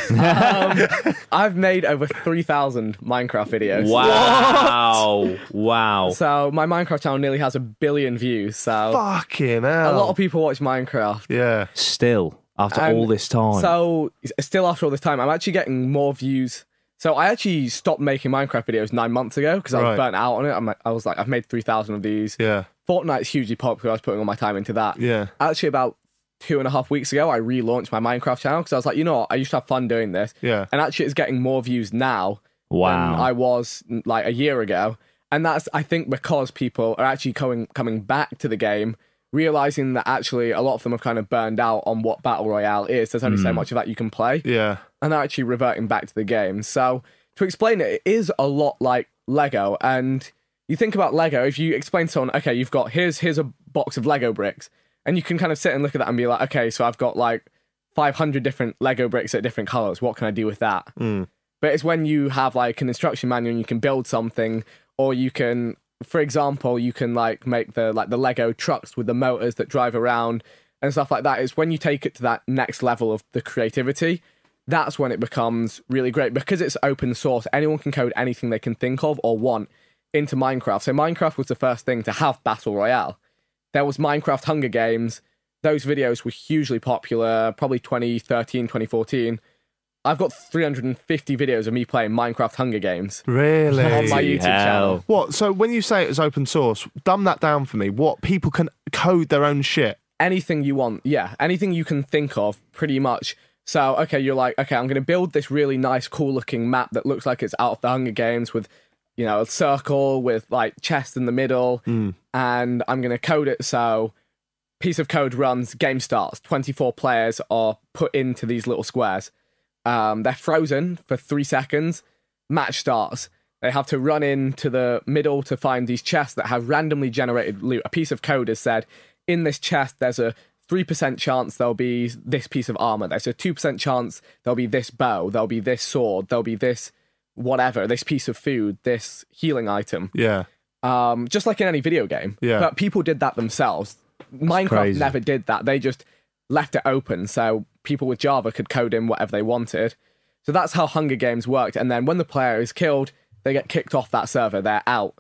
(laughs) um, I've made over 3,000 Minecraft videos. Wow. wow. So, my Minecraft channel nearly has a billion views. So, Fucking Oh. a hell. lot of people watch Minecraft. yeah. Still, after Um, all this time. So, s- still after all this time, I'm actually getting more views. So, I actually stopped making Minecraft videos nine months ago because I was Right. burnt out on it. I'm, like- I was like, I've made 3,000 of these. Yeah. Fortnite's hugely popular. I was putting all my time into that. Yeah. Actually, about two and a half weeks ago, I relaunched my Minecraft channel because I was like, you know what? I used to have fun doing this. Yeah. And actually, it's getting more views now Wow. than I was n- like a year ago. And that's, I think, because people are actually coming, coming back to the game, realizing that actually a lot of them have kind of burned out on what Battle Royale is. There's only so much of that you can play Yeah. and they're actually reverting back to the game. So to explain it, it is a lot like Lego. And you think about Lego, if you explain to someone, okay, you've got here's here's a box of Lego bricks, and you can kind of sit and look at that and be like, okay, so I've got like 500 different Lego bricks at different colors. What can I do with that? But it's when you have like an instruction manual and you can build something, or you can, for example, you can like make the like the Lego trucks with the motors that drive around and stuff like that. It's when you take it to that next level of the creativity, that's when it becomes really great because it's open source. Anyone can code anything they can think of or want into Minecraft. So Minecraft was the first thing to have battle royale. There was Minecraft Hunger Games. Those videos were hugely popular, probably 2013, 2014. I've got 350 videos of me playing Minecraft Hunger Games (laughs) Really? on my Bloody hell. YouTube channel. What? So when you say it's open source, dumb that down for me. What people can code their own shit. Anything you want, yeah, anything you can think of, pretty much. So, okay, you're like, okay, I'm going to build this really nice, cool looking map that looks like it's out of the Hunger Games with, you know, a circle with like chest in the middle, and I'm going to code it so piece of code runs, game starts, 24 players are put into these little squares. Um, they're frozen for three seconds. Match starts. They have to run into the middle to find these chests that have randomly generated loot. A piece of code has said, in this chest, there's a 3% chance there'll be this piece of armor. There's a 2% chance there'll be this bow, there'll be this sword, there'll be this whatever, this piece of food, this healing item Yeah. um, just like in any video game. Yeah. But people did that themselves. Minecraft crazy. never did that. They just left it open so people with Java could code in whatever they wanted. So that's how Hunger Games worked. And then when the player is killed, they get kicked off that server. They're out,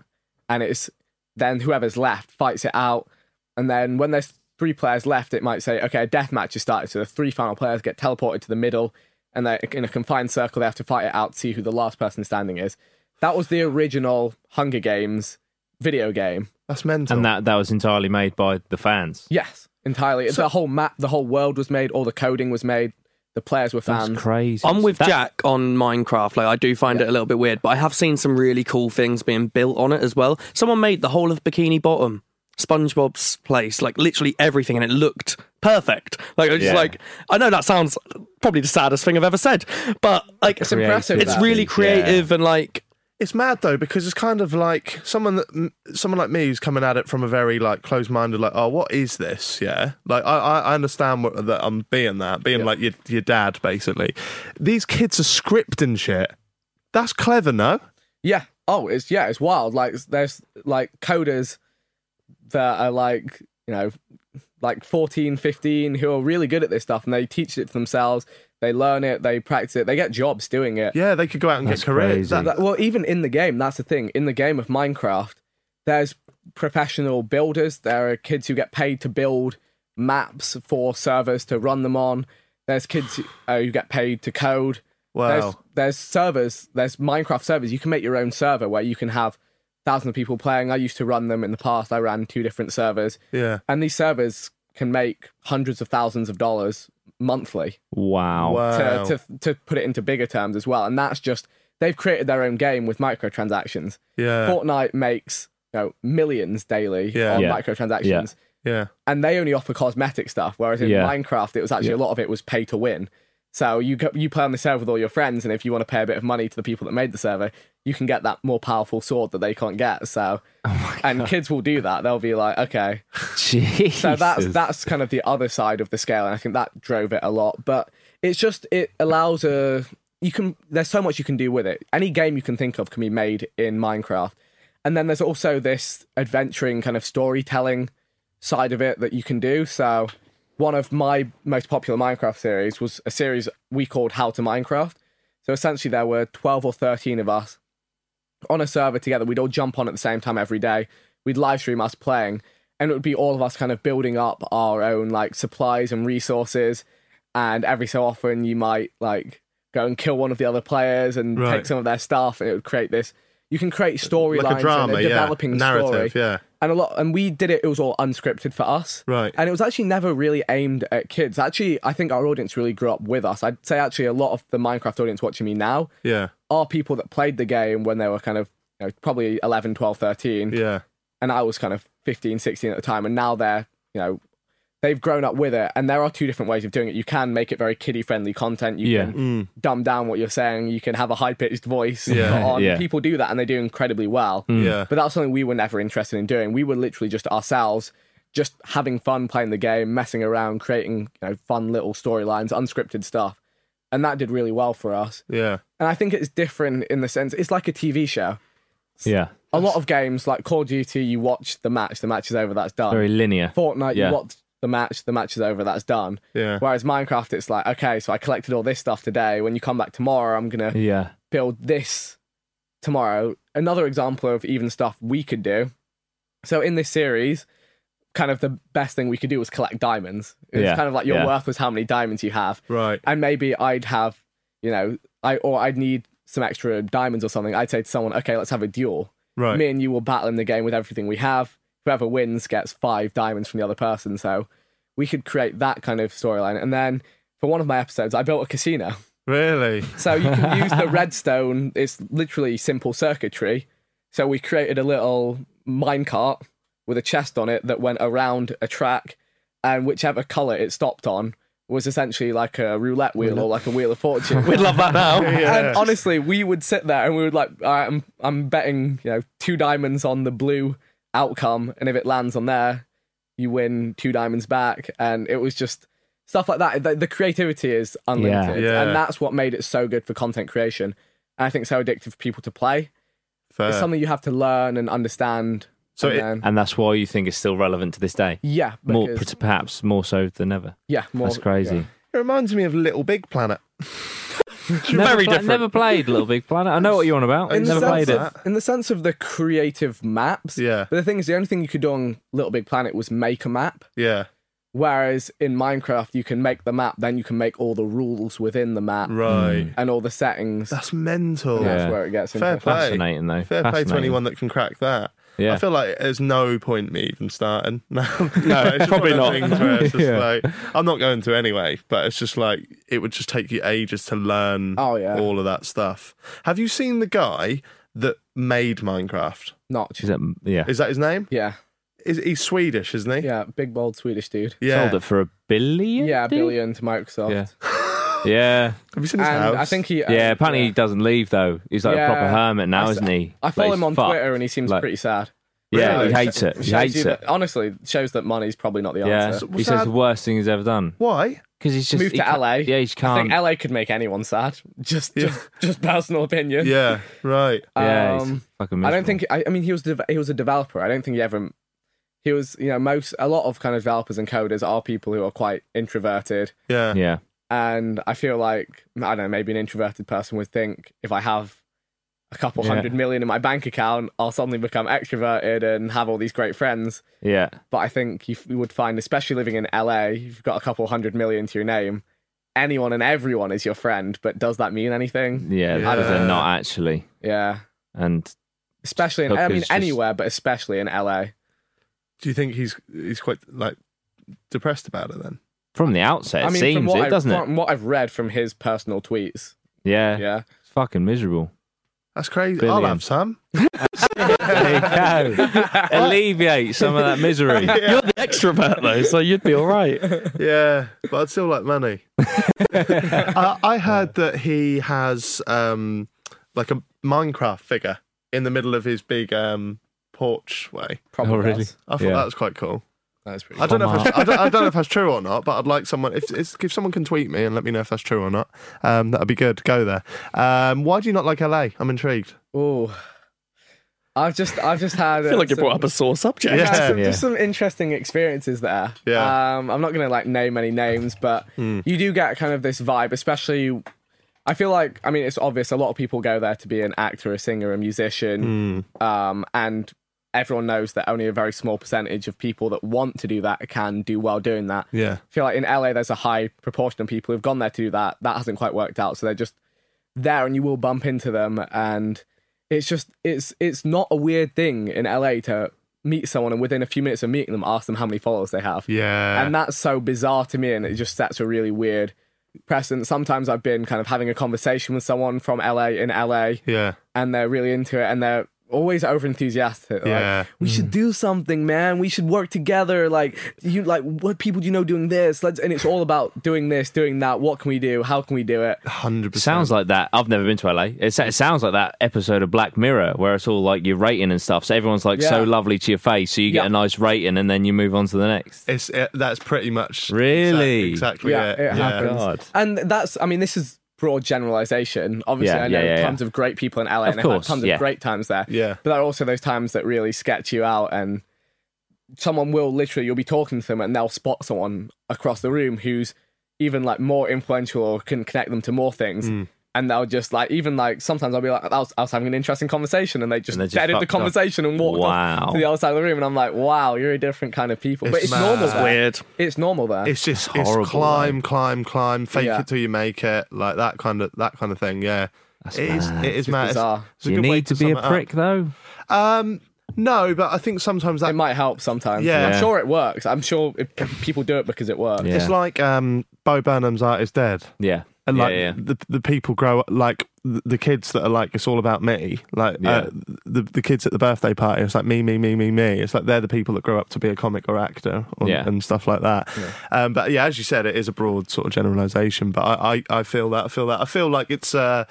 and it's then whoever's left fights it out. And then when there's three players left, it might say, okay, a death match is started. So the three final players get teleported to the middle, and they're in a confined circle. They have to fight it out, see who the last person standing is. That was the original Hunger Games video game. That's mental. and that, that was entirely made by the fans. Yes, entirely. the whole map, the whole world was made, all the coding was made, the players were That's fans. crazy. I'm with That- Jack on Minecraft. Like, I do find it a little bit weird, but I have seen some really cool things being built on it as well. Someone made the whole of Bikini Bottom, SpongeBob's place, like literally everything, and it looked perfect. Like, I was just Yeah. like, I know that sounds probably the saddest thing I've ever said, but like, it's impressive, It's that. really creative and like, it's mad though because it's kind of like someone that m- someone like me who's coming at it from a very like closed-minded like oh what is this yeah like i i I understand what, that i'm being that being like your, your dad basically these kids are scripting shit that's clever no Yeah. Oh, it's yeah, it's wild. Like there's like coders that are like, you know, like 14, 15 who are really good at this stuff and they teach it to themselves, they learn it, they practice it, they get jobs doing it. yeah they could go out and That's get careers crazy. That- That- well, even in the game, that's the thing. In the game of Minecraft, there's professional builders. There are kids who get paid to build maps for servers to run them on. There's kids who- uh, who get paid to code. There's, Wow. there's servers. There's Minecraft servers. You can make your own server where you can have thousands of people playing. I used to run them in the past. I ran two different servers, yeah and these servers can make hundreds of thousands of dollars monthly Wow. wow to, to to put it into bigger terms as well. And that's just they've created their own game with microtransactions. yeah Fortnite makes you know millions daily Uh. Yeah. on Yeah. microtransactions, Yeah. yeah and they only offer cosmetic stuff. Whereas in Yeah. Minecraft, it was actually a lot of it was pay to win. So you go, you play on the server with all your friends, and if you want to pay a bit of money to the people that made the server, you can get that more powerful sword that they can't get. (laughs) So, Oh and kids will do that. They'll be like, okay, (laughs) Jesus. (laughs) so that's that's kind of the other side of the scale, and I think that drove it a lot. But it's just it allows a you can there's so much you can do with it. Any game you can think of can be made in Minecraft. And then there's also this adventuring kind of storytelling side of it that you can do. So one of my most popular Minecraft series was a series we called How to Minecraft. So essentially there were 12 or 13 of us on a server together. We'd all jump on at the same time every day. We'd live stream us playing, and it would be all of us kind of building up our own like supplies and resources. And every so often, you might like go and kill one of the other players and Right. take some of their stuff, and it would create this. You can create storylines Like a drama, and a yeah. developing Narrative, story. yeah. And a lot, and we did it. It was all unscripted for us, Right. And it was actually never really aimed at kids. Actually, I think our audience really grew up with us. I'd say actually a lot of the Minecraft audience watching me now Yeah. are people that played the game when they were kind of you know, probably 11 12 13 yeah and i was kind of 15 16 at the time and now they're you know they've grown up with it and there are two different ways of doing it you can make it very kiddie friendly content you Yeah. can dumb down what you're saying you can have a high pitched voice Mm. Yeah. (laughs) Mm. on Yeah. people do that and they do incredibly well Yeah. Mm. but that's something we were never interested in doing we were literally just ourselves just having fun playing the game messing around creating you know fun little storylines unscripted stuff and that did really well for us Yeah. and I think it's different in the sense it's like a TV show. Yeah. A lot of games like Call of Duty, you watch the match, the match is over, that's done. Very linear. Fortnite, Yeah. you watch the match, the match is over, that's done. Yeah. Whereas Minecraft, it's like, okay, so I collected all this stuff today. When you come back tomorrow, I'm gonna Yeah. build this tomorrow. Another example of even stuff we could do. So in this series, kind of the best thing we could do was collect diamonds. It's Yeah, kind of like your yeah. worth was how many diamonds you have. Right. And maybe I'd have, you know, I or I'd need some extra diamonds or something. I'd say to someone, okay, let's have a duel. Right. Me and you will battle in the game with everything we have. Whoever wins gets five diamonds from the other person. So we could create that kind of storyline. And then for one of my episodes, I built a casino. Really? So you can use the redstone. It's literally simple circuitry. So we created a little minecart with a chest on it that went around a track, and whichever color it stopped on was essentially like a roulette wheel or like a wheel of (laughs) fortune. We'd love that now. And honestly, we would sit there and we would like, All right, I'm I'm betting you know two diamonds on the blue outcome, and if it lands on there, you win two diamonds back. And it was just stuff like that. The, the creativity is unlimited, Yeah. and that's what made it so good for content creation. And I think so addictive for people to play. Fair. It's something you have to learn and understand. So and it- then- And that's why you think it's still relevant to this day. yeah, More, because- perhaps more so than ever. yeah, more That's crazy. yeah. It reminds me of Little Big Planet. Never Very pla- different. Never played Little Big Planet. I know what you're on about. In the, never sense played it. of, in the sense of the creative maps, Yeah. But the thing is, the only thing you could do on Little Big Planet was make a map. Yeah. Whereas in Minecraft, you can make the map, then you can make all the rules within the map Right. and all the settings. That's mental. And Mm. Yeah. That's where it gets Fair interesting. play. Fascinating though. Fair play to Fascinating. anyone that can crack that. Yeah. I feel like there's no point me even starting. (laughs) No, no, it's just Probably one of the Things not. where it's just (laughs) Yeah. like, I'm not going to anyway, but it's just like it would just take you ages to learn Oh, yeah. all of that stuff. Have you seen the guy that made Minecraft? Notch. Is that, yeah. Is that his name? Yeah, Is he's Swedish, isn't he? yeah, big bold Swedish dude. Yeah. Sold it for a billion. Yeah, dude? billion to Microsoft. (laughs) Yeah. Yeah. Have you seen And his house? I think he. uh, Yeah, apparently he yeah. doesn't leave though. He's like Yeah. a proper hermit now, I s- isn't he? I follow Like, him on fuck. Twitter and he seems Like, pretty sad. Yeah, Really? he hates it. He Shows hates you it. that- honestly, shows that money's probably not the Yeah, answer. he What's says that? the worst thing he's ever done (laughs) Why? because he's just Move he to can't- LA. Yeah, he just I can't. think LA could make anyone sad. (laughs) Just, just, just personal opinion. Yeah, right. yeah, he's Um, fucking I miserable. don't think. I, I mean, he was dev- he was a developer. I don't think he ever. He was, you know, most a lot of kind of developers and coders are people who are quite introverted, Yeah. Yeah, and I feel like I don't know. Maybe an introverted person would think if I have a couple Yeah. hundred million in my bank account, I'll suddenly become extroverted and have all these great friends. yeah, But I think you, f- you would find, especially living in LA, you've got a couple hundred million to your name. Anyone and everyone is your friend, but does that mean anything? Yeah. yeah. because They're not actually, Yeah, and especially in I Hookers mean just- anywhere, but especially in LA. Do you think he's he's quite like depressed about it then? from the outset, it I mean, from seems what it I've, doesn't it? From what I've read from his personal tweets, Yeah, yeah, it's fucking miserable. That's crazy. I'll Billion. have some. There (laughs) you go. Alleviate some of that (laughs) misery. You're the extrovert though, so you'd be all right. Yeah, but I'd still like money. (laughs) uh, I heard that he has um, like a Minecraft figure in the middle of his big um, porch way. probably. really? does. I thought Yeah. that was quite cool. That's pretty. I don't know. If that's, Wow. I, don't, I don't (laughs) know if that's true or not, but I'd like someone if it's- if someone can tweet me and let me know if that's true or not. Um, that'd be good. Go there. Um, why do you not like LA? I'm intrigued. Oh, I've just I've just had. (laughs) I feel like you brought up a sore subject. Yeah, some, Yeah. just some interesting experiences there. Yeah. Um, I'm not gonna like name any names, but you do get kind of this vibe, especially. I feel like I mean it's obvious. A lot of people go there to be an actor, a singer, a musician, um, and everyone knows that only a very small percentage of people that want to do that can do well doing that. Yeah. I feel like in LA there's a high proportion of people who've gone there to do that. That hasn't quite worked out, so they're just there, and you will bump into them, and it's just it's it's not a weird thing in LA to meet someone and within a few minutes of meeting them, ask them how many followers they have. Yeah. And that's so bizarre to me, and it just sets a really weird precedent. Sometimes I've been kind of having a conversation with someone from LA in LA, yeah. and they're really into it and they're always over enthusiastic like Yeah. we should do something man we should work together like you like what people do you know doing this let's and it's all about doing this doing that what can we do how can we do it Hundred percent. Sounds like that. I've never been to LA. It, sa- it sounds like that episode of Black Mirror where it's all like your rating and stuff. So everyone's like so Yeah. lovely to your face, so you get Yeah. a nice rating, and then you move on to the next. It's it, that's pretty much Really? exactly, exactly yeah it. it happens Oh, God. and that's i mean this is broad generalization obviously Yeah, i know yeah, yeah, tons of great people in la Of and I've course, had tons yeah. of great times there Yeah. but there are also those times that really sketch you out and someone will literally you'll be talking to them and they'll spot someone across the room who's even like more influential or can connect them to more things Hmm. and they'll just like even like sometimes i'll be like I was, I was having an interesting conversation and they just And they just deaded the fucked off. conversation and walked Wow. off to the other side of the room and i'm like wow you're a different kind of people but It's it's normal mad. there. Weird. it's normal there It's just horrible, it's climb, climb, climb, fake Yeah. it till you make it, like that kind of that kind of thing. Yeah, it is. It is mad. It's- bizarre. it's a you good way need to be sum a it up. prick, though. Um, no, but I think sometimes that it might help sometimes Yeah. i'm sure it works i'm sure it, people do it because it works Yeah. it's like um, Bo Burnham's art is dead, Yeah. and like yeah, yeah. the the people grow up like the the kids that are like it's all about me, like Yeah. uh, the the kids at the birthday party. It's like me, me, me, me, me. It's like they're the people that grow up to be a comic or actor or, Yeah. and stuff like that. Um, but yeah, as you said, it is a broad sort of generalization. But I, I, I feel that I feel that I feel like it's. Uh,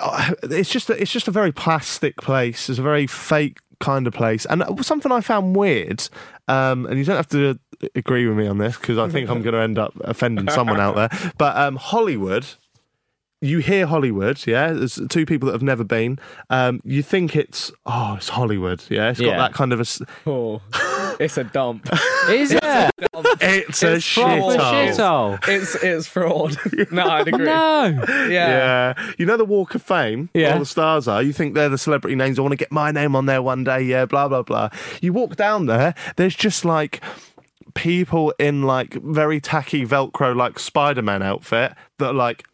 uh, it's just a, it's just a very plastic place. It's a very fake kind of place, and something I found weird. Um, and you don't have to agree with me on this because I think I'm going to end up offending someone out there. But um, Hollywood, you hear Hollywood, yeah. There's two people that have never been. Um, you think it's oh, it's Hollywood, yeah. It's got Yeah. that kind of a. s- Oh, it's (laughs) a dump Is it? It's a It's proper shithole. Oh. Shithole. it's it's fraud (laughs) no i'd agree No. yeah. Yeah. You know the Walk of Fame? Yeah. All the stars are. You think they're the celebrity names. I want to get my name on there one day. Yeah, blah, blah, blah. You walk down there, there's just like people in like very tacky Velcro, like Spider Man outfit that are like,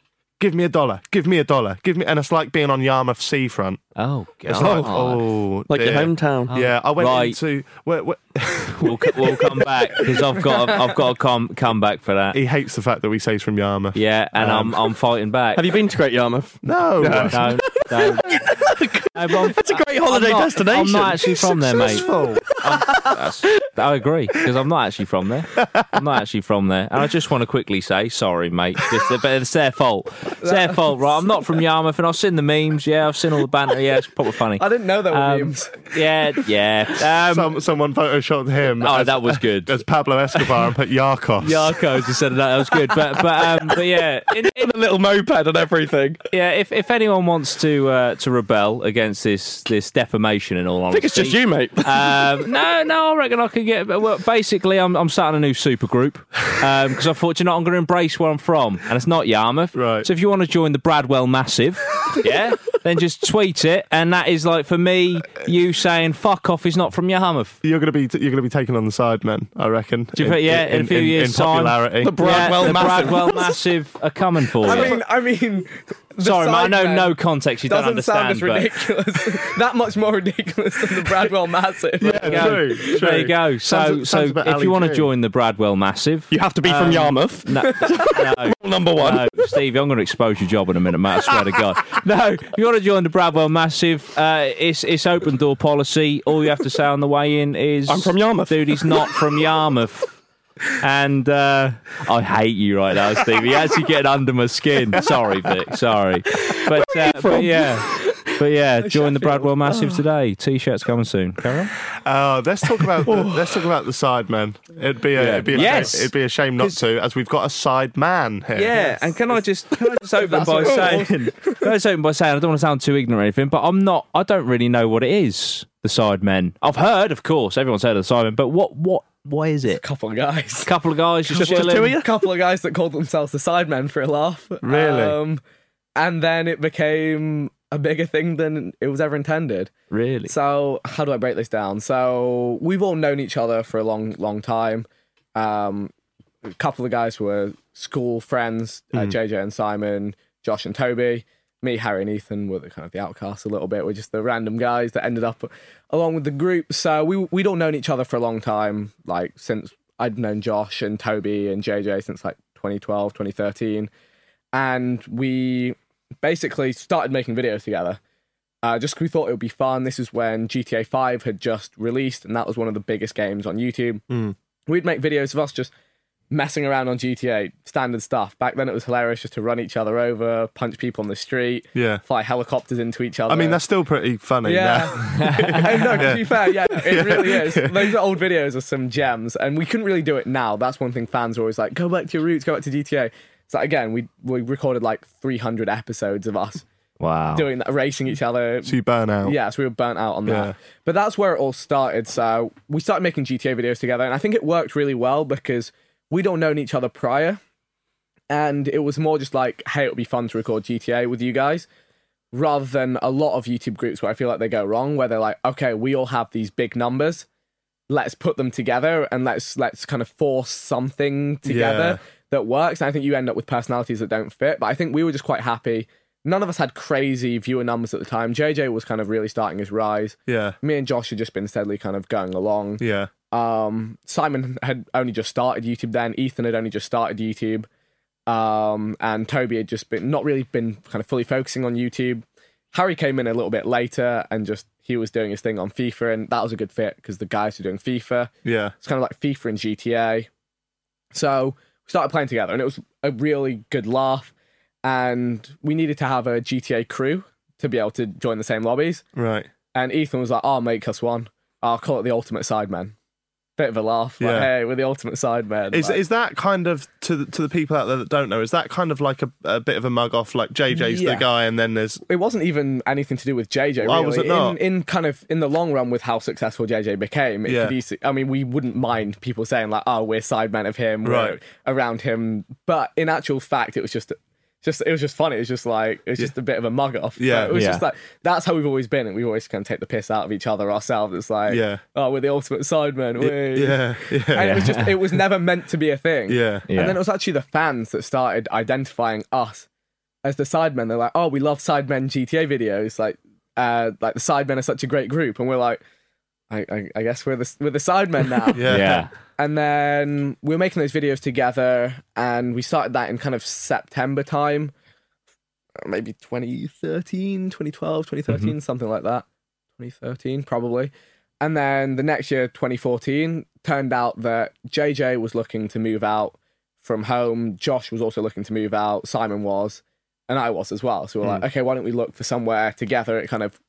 give me a dollar, give me a dollar, give me. And it's like being on Yarmouth Seafront. (laughs) Oh God. It's like, oh, Like your dear. hometown. Yeah, I went Right. into. Where, where, oh. We'll, co- we'll come back because I've got I've got to come come back for (laughs) that. he hates the fact that we say he's from Yarmouth. Yeah, and Um, I'm I'm fighting back. Have you been to Great Yarmouth? No. (laughs) No, no. That's a great holiday I'm not, destination. I'm not actually from there, mate. Successful. I'm- that's- (laughs) I agree because I'm not actually from there. I'm not actually from there, and I just want to quickly say sorry, mate. Just, but it's their fault. It's (laughs) their fault, right? I'm not from Yarmouth, and I've seen the memes. Yeah, I've seen all the banter. Yeah, it's proper funny. I didn't know there were Um, memes. Yeah, yeah. Um, Some, someone photoshopped him. oh, as- that was good. as Pablo Escobar and put Yarkos. Yarkos instead of that. That was good. But but um, but yeah, in, (laughs) in, a little moped and everything. yeah. If, if anyone wants to uh, to rebel against this this defamation, in all I think honesty, it's just you, mate. Um, (laughs) no, no, I reckon I can get. Well, basically, I'm I'm starting a new super group because I thought, you know, what, I'm going to embrace where I'm from, and it's not Yarmouth. Right. So if you want to join the Bradwell (laughs) Massive, yeah, then just tweet it, and that is like for me, you saying "fuck off" is not from Yarmouth. You're gonna be you're gonna be taken on the side, man. I reckon. Do you think- yeah, in a few years' in time. popularity. The Bradwell yeah, the Massive. Bradwell Massive are coming for I you. mean, I mean, the Sorry, mate, I know Sidemen no context. You don't Doesn't sound understand, as but ridiculous. (laughs) that much more ridiculous than the Bradwell Massive. yeah, true, true. there you go. Sounds- So, sounds so about if Ali you want to G. join the Bradwell Massive, you have to be from Yarmouth. no, no, Rule number one. No, Stevie, Uh, I'm going to expose your job in a minute, mate. I swear to God. No, if you want to join the Bradwell Massive, uh, it's it's open door policy. All you have to say on the way in is I'm from Yarmouth. dude. He's not from Yarmouth. And uh, I hate you right now, Stevie. You're actually getting under my skin. Sorry, Vic. Sorry, but, uh, but yeah, But yeah, join the Bradwell Massive Oh. today. T-shirts coming soon. Carry on. Uh, let's talk about the, let's talk about the side man. It'd be a, Yeah. it'd, be a Oh. Yes. shame, it'd be a shame not to, as we've got a side man here. Yeah, and can I just can I just open by saying can I just open by saying I don't want to sound too ignorant or anything, but I'm not. I don't really know what it is. The Sidemen. I've heard, of course, everyone's heard of the Sidemen, but what what what is it? couple of guys. couple of guys just, chilling. A couple of guys that called themselves the Sidemen for a laugh. Really? Um, and then it became a bigger thing than it was ever intended. Really? So how do I break this down? So we've all known each other for a long, long time. Um, a couple of guys were school friends, uh, JJ and Simon, Josh and Toby. Me, Harry and Ethan were the kind of the outcasts a little bit. We're just the random guys that ended up along with the group. So we we'd all known each other for a long time, like since I'd known Josh and Toby and JJ since like 2012, 2013 and we basically started making videos together. Uh, just 'cause we thought it would be fun. This is when GTA 5 had just released, and that was one of the biggest games on YouTube. Hmm. We'd make videos of us just messing around on GTA, standard stuff. Back then, it was hilarious just to run each other over, punch people on the street, Yeah. fly helicopters into each other. I mean, that's still pretty funny. Yeah. now. (laughs) (laughs) and Oh, no, to be fair, yeah, it really is. Those old videos are some gems, and we couldn't really do it now. That's one thing fans are always like, go back to your roots, go back to GTA. So again, we we recorded like 300 episodes of us Wow. doing that, racing each other. So you burn out. Yeah, so we were burnt out on that. Yeah. But that's where it all started. So we started making GTA videos together, and I think it worked really well because we'd all known each other prior. And it was more just like, hey, it'll be fun to record GTA with you guys, rather than a lot of YouTube groups where I feel like they go wrong, where they're like, okay, we all have these big numbers, let's put them together and let's let's kind of force something together that works. And I think you end up with personalities that don't fit. But I think we were just quite happy. None of us had crazy viewer numbers at the time. JJ was kind of really starting his rise. Yeah. Me and Josh had just been steadily kind of going along. Yeah. Um, Simon had only just started YouTube then. Ethan had only just started YouTube. Um, and Toby had just been not really been kind of fully focusing on YouTube. Harry came in a little bit later and just he was doing his thing on FIFA, and that was a good fit because the guys were doing FIFA. Yeah. It's kind of like FIFA and GTA. So we started playing together, and it was a really good laugh. And we needed to have a GTA crew to be able to join the same lobbies. Right. And Ethan was like, I'll make us one. I'll call it the Ultimate Sidemen. Bit of a laugh. Like, Yeah. hey, we're the Ultimate Sidemen. Is Like, is that kind of to the, to the people out there that don't know? Is that kind of like a, a bit of a mug off? Like JJ's Yeah. the guy, and then there's it wasn't even anything to do with JJ. Really. Why was it not? In, in kind of in the long run with how successful JJ became, it Yeah. could easily, I mean, we wouldn't mind people saying like, "Oh, we're sidemen of him, Right. we're around him," but in actual fact, it was just. Just it was just funny. It was just like it was just a bit of a mug off. Yeah. it was Yeah. just like that's how we've always been, and we always kind of take the piss out of each other ourselves. It's like, Yeah. oh, we're the ultimate sidemen. we." yeah yeah and it was just it was never meant to be a thing. yeah Yeah. And then it was actually the fans that started identifying us as the Sidemen. They're like, "Oh, we love Sidemen GTA videos. Like, uh, like the Sidemen are such a great group." And we're like, "I, I, I guess we're the we're the Sidemen now." (laughs) yeah yeah. And then we were making those videos together, and we started that in kind of September time, uh, maybe 2013, 2012, 2013, something like that. 2013, probably. And then the next year, 2014, turned out that JJ was looking to move out from home. Josh was also looking to move out. Simon was, and I was as well. So we we're like, okay, why don't we look for somewhere together? It kind of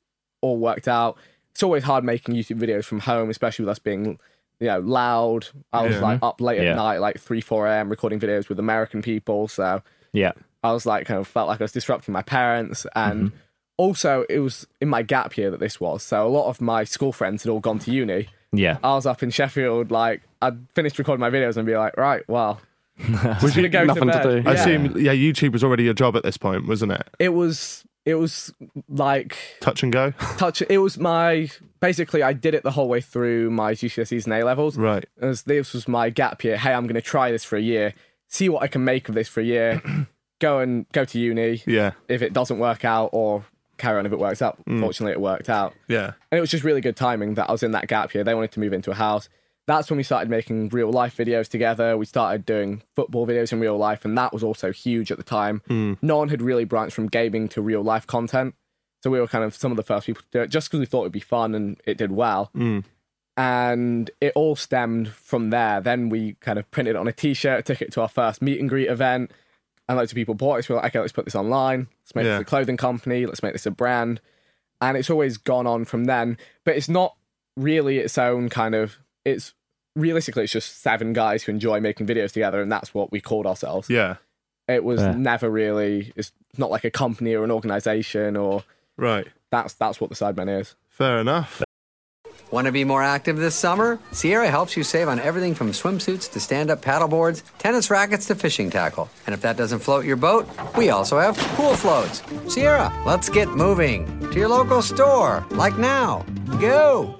all worked out. It's always hard making YouTube videos from home, especially with us being, you know, loud. I was Yeah. like up late Yeah. at night, like three, four a.m. recording videos with American people. So Yeah. I was like, kind of felt like I was disrupting my parents. And Mm-hmm. also, it was in my gap year that this was. So a lot of my school friends had all gone to uni. Yeah. I was up in Sheffield, like, I'd finished recording my videos and be like, right, (laughs) well, we're going to go nothing to to bed. do. I Yeah. assume yeah YouTube was already your job at this point, wasn't it? it was, it was like Touch and (laughs) go. touch. It was my, basically, I did it the whole way through my GCSEs and A levels. Right. As this was my gap year. Hey, I'm going to try this for a year, see what I can make of this for a (clears throat) year, go and go to uni. Yeah. if it doesn't work out or carry on if it works out. Fortunately, it worked out. Yeah. And it was just really good timing that I was in that gap year. They wanted to move into a house. That's when we started making real life videos together. We started doing football videos in real life, and that was also huge at the time. No one had really branched from gaming to real life content. So we were kind of some of the first people to do it just because we thought it'd be fun and it did well. Mm. And it all stemmed from there. Then we kind of printed it on a t shirt, took it to our first meet and greet event, and loads of people bought it. So we were like, okay, let's put this online. Let's make Yeah. this a clothing company. Let's make this a brand. and it's always gone on from then. But it's not really its own kind of. It's realistically, it's just seven guys who enjoy making videos together, and that's what we called ourselves. Yeah. It was Fair. never really. It's not like a company or an organization or. Right. That's that's what the Sidemen is. Fair enough. Want to be more active this summer? Sierra helps you save on everything from swimsuits to stand up paddleboards, tennis rackets to fishing tackle. And if that doesn't float your boat, we also have pool floats. Sierra, let's get moving to your local store, like now. Go!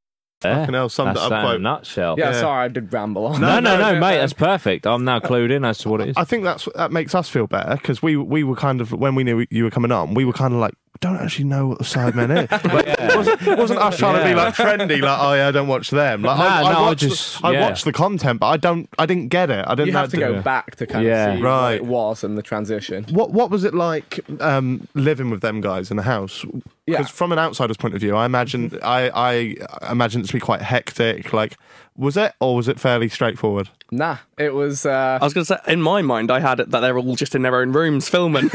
Fucking hell, summed that's it up that in a quite- nutshell. Yeah, Yeah. sorry, I did ramble on. No, no, no, No, no, mate, no. that's perfect. I'm now clued in as to what it is. I think that's that makes us feel better because we we were kind of when we knew you were coming on, we were kind of like "We don't actually know what the Sidemen is. (laughs) Like, it, wasn't, it wasn't us trying to be Yeah. like trendy, like oh yeah, I don't watch them. Like I, Nah, I no, I watched just- the, I yeah. watched the content, but I don't I didn't get it. I didn't. You have to know- go back to kind Yeah. of see Right. what it was and the transition. What what was it like um, living with them guys in the house? Because from an outsider's point of view, I imagine I, I imagine it to be quite hectic. Like, was it or was it fairly straightforward? Nah, it was. Uh, I was going to say, in my mind, I had it that they're all just in their own rooms (laughs) filming.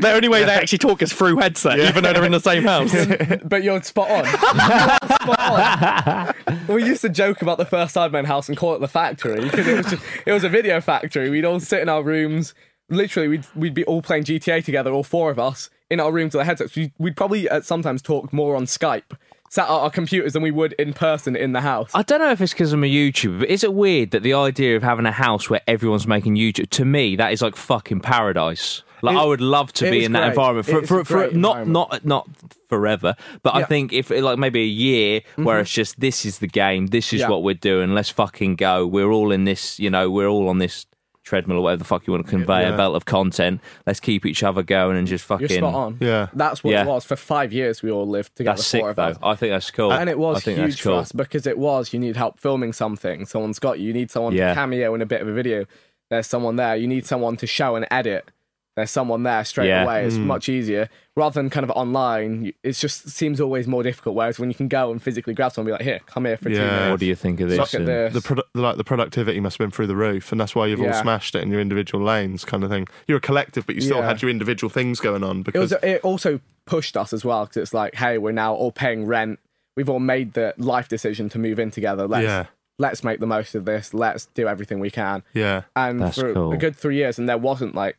(laughs) the only way they actually talk is through headset, even though they're in the same (laughs) house. (laughs) but you're (laughs) spot on. You are spot on. We used to joke about the first Sidemen house and call it the factory because it was just, it was a video factory. We'd all sit in our rooms. Literally, we'd we'd be all playing GTA together, all four of us in our rooms with our headsets. We'd, we'd probably uh, sometimes talk more on Skype, sat at our computers, than we would in person in the house. I don't know if it's because I'm a YouTuber, but is it weird that the idea of having a house where everyone's making YouTube to me that is like fucking paradise. Like It- I would love to it be is in that great. environment It for, is for, a for great not not not forever, but I Yeah. think if like maybe a year Mm-hmm. where it's just this is the game, this is Yeah. what we're doing, let's fucking go. We're all in this, you know, we're all on this treadmill or whatever the fuck you want to convey Yeah. a belt of content. Let's keep each other going and just fucking You're spot on. that's what Yeah. it was. For five years, we all lived together. That's four sick of though. us. I think that's cool. And it was I think huge that's cool. for us because it was you need help filming something. Someone's got you. You need someone Yeah. to cameo in a bit of a video. There's someone there. You need someone to show and edit. There's someone there straight Yeah. away. It's Mm. much easier rather than kind of online. you- It's just seems always more difficult. Whereas when you can go and physically grab someone, and be like, here, come here for two minutes. Suck at this. The produ- like the productivity must have been through the roof, and that's why you've all Yeah. smashed it in your individual lanes, kind of thing. You're a collective, but you still Yeah. had your individual things going on it was. because It also pushed us as well because it's like, hey, we're now all paying rent. We've all made the life decision to move in together. Let's Yeah. let's make the most of this. Let's do everything we can. yeah, and for a good three years, and there wasn't like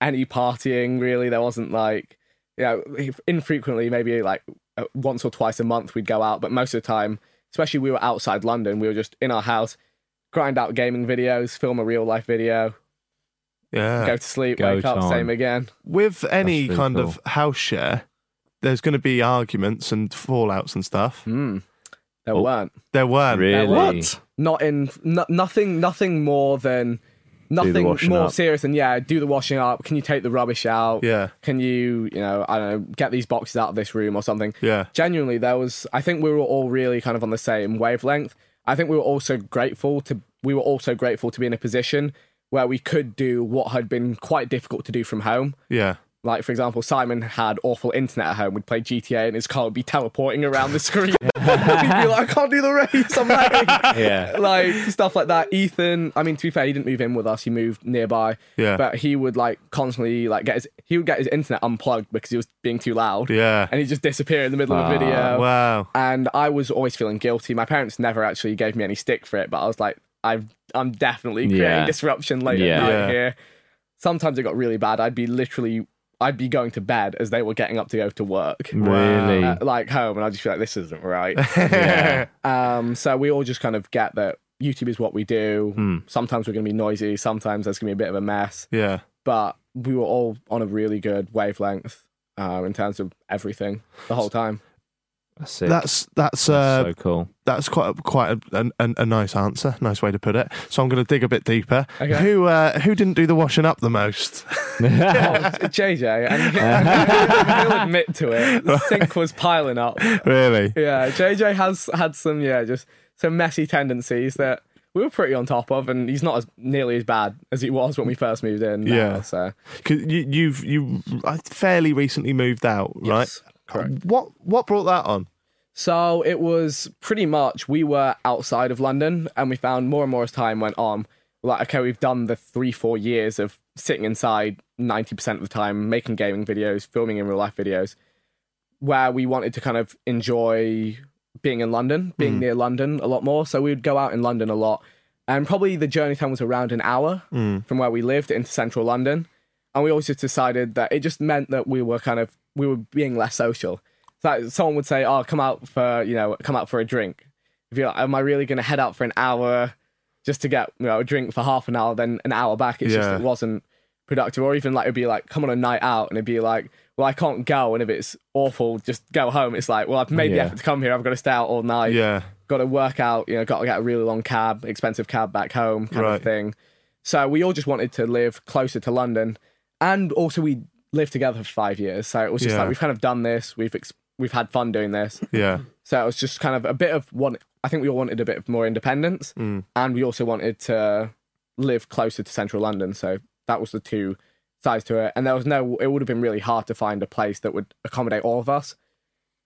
any partying really. There wasn't like you know if- infrequently, maybe like uh, once or twice a month we'd go out, but most of the time, especially we were outside London, we were just in our house, grind out gaming videos, film a real life video, yeah. go to sleep, wake up, same again. With any pretty kind cool. of house share, there's going to be arguments and fallouts and stuff. Oh. There weren't. There weren't. There What? weren't. Not in no, nothing. Nothing more than nothing washing more up. serious than yeah. Do the washing up. Can you take the rubbish out? Yeah. Can you you know I don't know get these boxes out of this room or something? Yeah. Genuinely, there was. I think we were all really kind of on the same wavelength. I think we were also grateful to. We were also grateful to be in a position where we could do what had been quite difficult to do from home. Yeah. Like, for example, Simon had awful internet at home. We'd play GTA and his car would be teleporting around the screen. (laughs) He'd be like, I can't do the race. I'm lagging. Yeah. Like, stuff like that. Ethan, I mean, to be fair, he didn't move in with us. He moved nearby. Yeah. But he would, like, constantly, like, get his, he would get his internet unplugged because he was being too loud. Yeah. And he'd just disappear in the middle of Ah, a video. wow. And I was always feeling guilty. My parents never actually gave me any stick for it, but I was like, I've, I'm definitely creating Yeah. disruption late Yeah. at night Yeah. here sometimes it got really bad. I'd be literally, I'd be going to bed as they were getting up to go to work. Really? Uh, like home, and I'd just be like, this isn't right. Yeah. um, so we all just kind of get that YouTube is what we do. Hmm. Sometimes we're going to be noisy. Sometimes there's going to be a bit of a mess. (laughs) Yeah. But we were uh, all on a really good wavelength um, in terms of everything the whole time. That's sick. That's that's, uh, so cool. That's quite a, quite a, an, an, a nice answer, nice way to put it. So I'm going to dig a bit deeper. Okay. Who uh, who didn't do the washing up the most? Oh, JJ, and and he'll admit to it. The sink was piling up. really? Yeah, JJ has had some, yeah, just some messy tendencies that we were pretty on top of, and he's not as nearly as bad as he was when we first moved in. now, Yeah. so 'Cause you, you've you uh, fairly recently moved out, right? Correct. What what brought that on? So it was pretty much we were outside of London, and we found more and more as time went on. Like, okay, we've done the three, four years of sitting inside 90% of the time, making gaming videos, filming in real life videos, where we wanted to kind of enjoy being in London, being Mm. near London a lot more. So we'd go out in London a lot. And probably the journey time was around an hour Mm. from where we lived into central London. And we also decided that it just meant that we were kind of we were being less social. So like, someone would say, "Oh, come out for you know, come out for a drink." If you're like, "Am I really going to head out for an hour just to get you know a drink for half an hour, then an hour back?" It's Yeah. just it wasn't productive. Or even like it'd be like, "Come on a night out," and it'd be like, "Well, I can't go," and if it's awful, just go home. It's like, "Well, I've made the Yeah. effort to come here. I've got to stay out all night. Yeah. got to work out. You know, got to get a really long cab, expensive cab back home, kind of Right. thing." So we all just wanted to live closer to London, and also we lived together for five years. So it was just Yeah. like we've kind of done this. We've ex- we've had fun doing this. Yeah. So it was just kind of a bit of one. I think we all wanted a bit of more independence, Mm. and we also wanted to live closer to central London. So that was the two sides to it. And there was no. It would have been really hard to find a place that would accommodate all of us.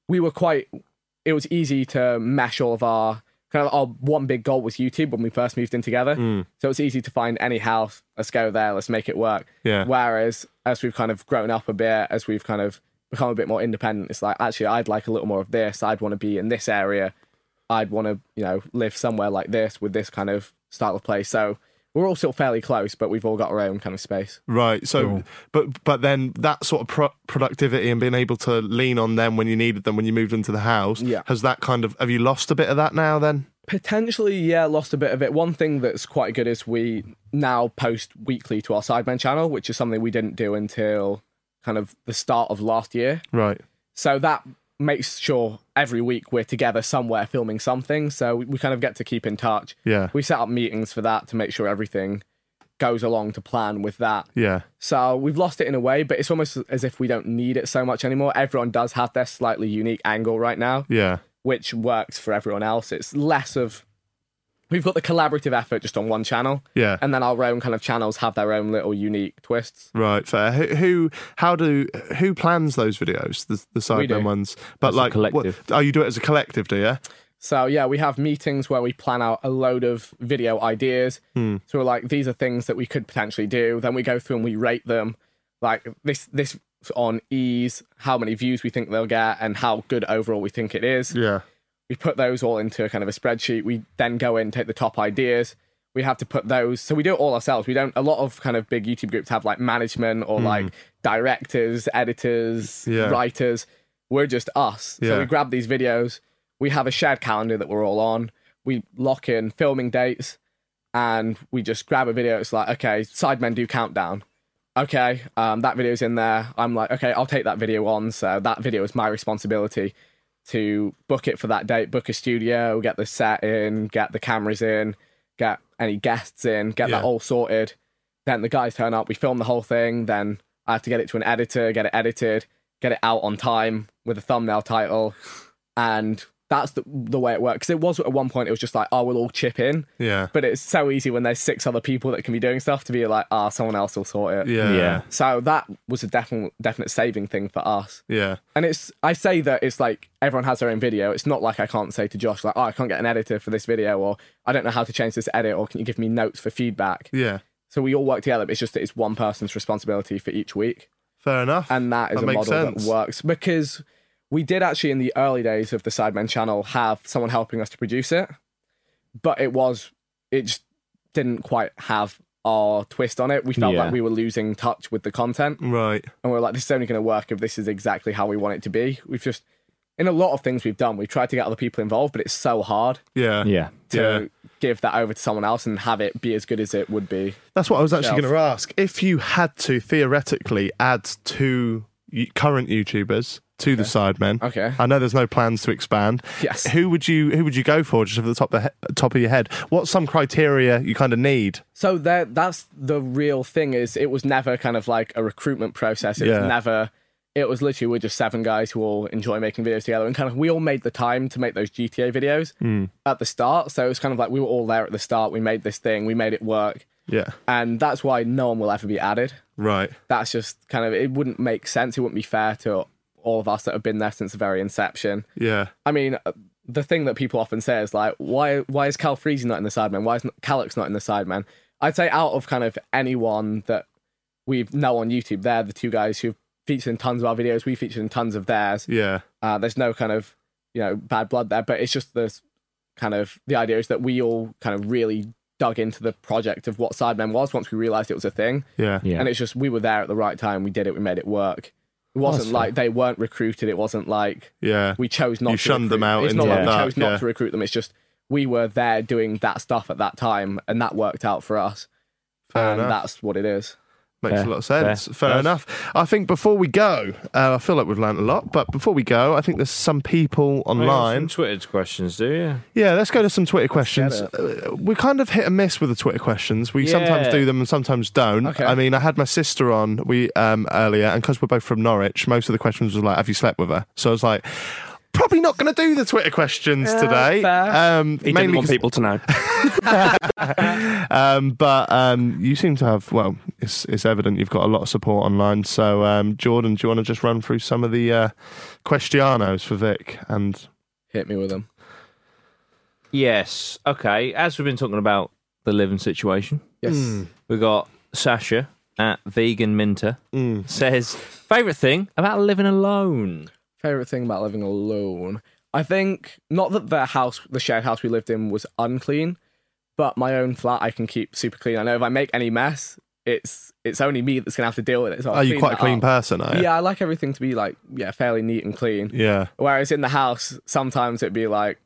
We were quite. It was easy to mesh all of our kind of our one big goal was YouTube when we first moved in together. Mm. So it's easy to find any house. Let's go there. Let's make it work. Yeah. Whereas as we've kind of grown up a bit, as we've kind of become a bit more independent, it's like actually I'd like a little more of this. I'd want to be in this area. I'd want to you know live somewhere like this with this kind of style of place. So we're all still fairly close, but we've all got our own kind of space. Right. So, but but then that sort of pro- productivity and being able to lean on them when you needed them when you moved into the house. Yeah. Has that kind of have you lost a bit of that now? Then. Potentially, yeah, lost a bit of it. One thing that's quite good is we now post weekly to our Sidemen channel, which is something we didn't do until kind of the start of last year. Right. So that makes sure every week we're together somewhere filming something. So we, we kind of get to keep in touch. Yeah. We set up meetings for that to make sure everything goes along to plan with that. Yeah. So we've lost it in a way, but it's almost as if we don't need it so much anymore. Everyone does have their slightly unique angle right now Yeah. which works for everyone else. It's less of we've got the collaborative effort just on one channel, Yeah. and then our own kind of channels have their own little unique twists. Right. Fair. Who, who how do who plans those videos? The the do. sidemen ones. But As a like what- collective. oh, you do it as a collective, do you? So yeah, we have meetings where we plan out a load of video ideas. Hmm. So we're like, these are things that we could potentially do. Then we go through and we rate them, like this this on ease, how many views we think they'll get, and how good overall we think it is. Yeah. we put those all into a kind of a spreadsheet. We then go in, take the top ideas. We have to put those. So we do it all ourselves. We don't. A lot of kind of big YouTube groups have like management or Hmm. like directors, editors, Yeah. writers. We're just us. So Yeah. we grab these videos. We have a shared calendar that we're all on. We lock in filming dates, and we just grab a video. It's like, okay, Sidemen do countdown. Okay, um, that video's in there. I'm like, okay, I'll take that video on. So that video is my responsibility to book it for that date, book a studio, get the set in, get the cameras in, get any guests in, get Yeah. that all sorted. Then the guys turn up, we film the whole thing. Then I have to get it to an editor, get it edited, get it out on time with a thumbnail title. And that's the, the way it works. 'Cause it was at one point, it was just like, oh, we'll all chip in. Yeah. But it's so easy when there's six other people that can be doing stuff to be like, ah, someone else will sort it. Yeah. Yeah. So that was a definite definite saving thing for us. Yeah. And it's I say that it's like everyone has their own video. It's not like I can't say to Josh like, oh, I can't get an editor for this video, or I don't know how to change this edit, or can you give me notes for feedback? Yeah. So we all work together. But it's just that it's one person's responsibility for each week. Fair enough. And that is That a model makes sense. that works because we did actually in the early days of the Sidemen channel have someone helping us to produce it, but it was it just didn't quite have our twist on it. We felt Yeah. like we were losing touch with the content, right? And we are like, this is only going to work if this is exactly how we want it to be. We've just in a lot of things we've done, we've tried to get other people involved, but it's so hard Yeah. Yeah. Yeah. to give that over to someone else and have it be as good as it would be. That's what I was Shelf. actually going to ask. If you had to theoretically add two y- current YouTubers to the Sidemen. Okay. I know there's no plans to expand. Yes. Who would you Who would you go for just off the top of the he- top of your head? What's some criteria you kind of need? So that that's the real thing is it was never kind of like a recruitment process. It Yeah. was never it was literally we're just seven guys who all enjoy making videos together and kind of we all made the time to make those GTA videos Mm. at the start. So it was kind of like we were all there at the start, we made this thing, we made it work. Yeah. And that's why no one will ever be added. Right. That's just kind of it wouldn't make sense. It wouldn't be fair to all of us that have been there since the very inception. Yeah. I mean, uh, the thing that people often say is like, why why is Cal Freese not in the sideman? Why is not- Calix not in the sideman? I'd say out of kind of anyone that we know on YouTube, they're the two guys who've featured in tons of our videos. We featured in tons of theirs. Yeah. Uh, there's no kind of you know bad blood there, but it's just this kind of the idea is that we all kind of really dug into the project of what sidemen was once we realized it was a thing. Yeah. Yeah. And it's just we were there at the right time. We did it. We made it work. It wasn't That's like they weren't recruited. It wasn't like Yeah. we chose not You to shunned them recruit- out It's and not like did we that, chose not yeah. to recruit them. It's just we were there doing that stuff at that time, and that worked out for us. Fair and enough. that's what it is. Makes Fair, a lot of sense. fair, Fair, fair. enough. I think before we go, uh, I feel like we've learnt a lot, but before we go, I think there's some people online. Twitter's questions, do you? Yeah, let's go to some Twitter questions. it. Uh, We kind of hit and miss with the Twitter questions. We sometimes Yeah. do them and sometimes don't. I mean, I had my sister on we um, earlier, and because we're both from Norwich, most of the questions was like, "Have you slept with her?" So I was like, probably not going to do the Twitter questions Yeah, today. fair. Um, He didn't mainly want 'cause- people to know. um, but um, you seem to have well, it's it's evident you've got a lot of support online. So um, Jordan, do you want to just run through some of the uh, questionos for Vic and hit me with them? Yes. Okay. As we've been talking about the living situation. Yes. Hmm. Mm. We got Sasha at Vegan Minter says favorite thing about living alone. Favorite thing about living alone, I think, not that the house, the shared house we lived in, was unclean, but my own flat I can keep super clean. I know if I make any mess, it's it's only me that's gonna have to deal with it. So I'll Are you clean quite a that clean up. person, are you? Yeah, I like everything to be like yeah, fairly neat and clean. Oh, Yeah. Whereas in the house, sometimes it'd be like,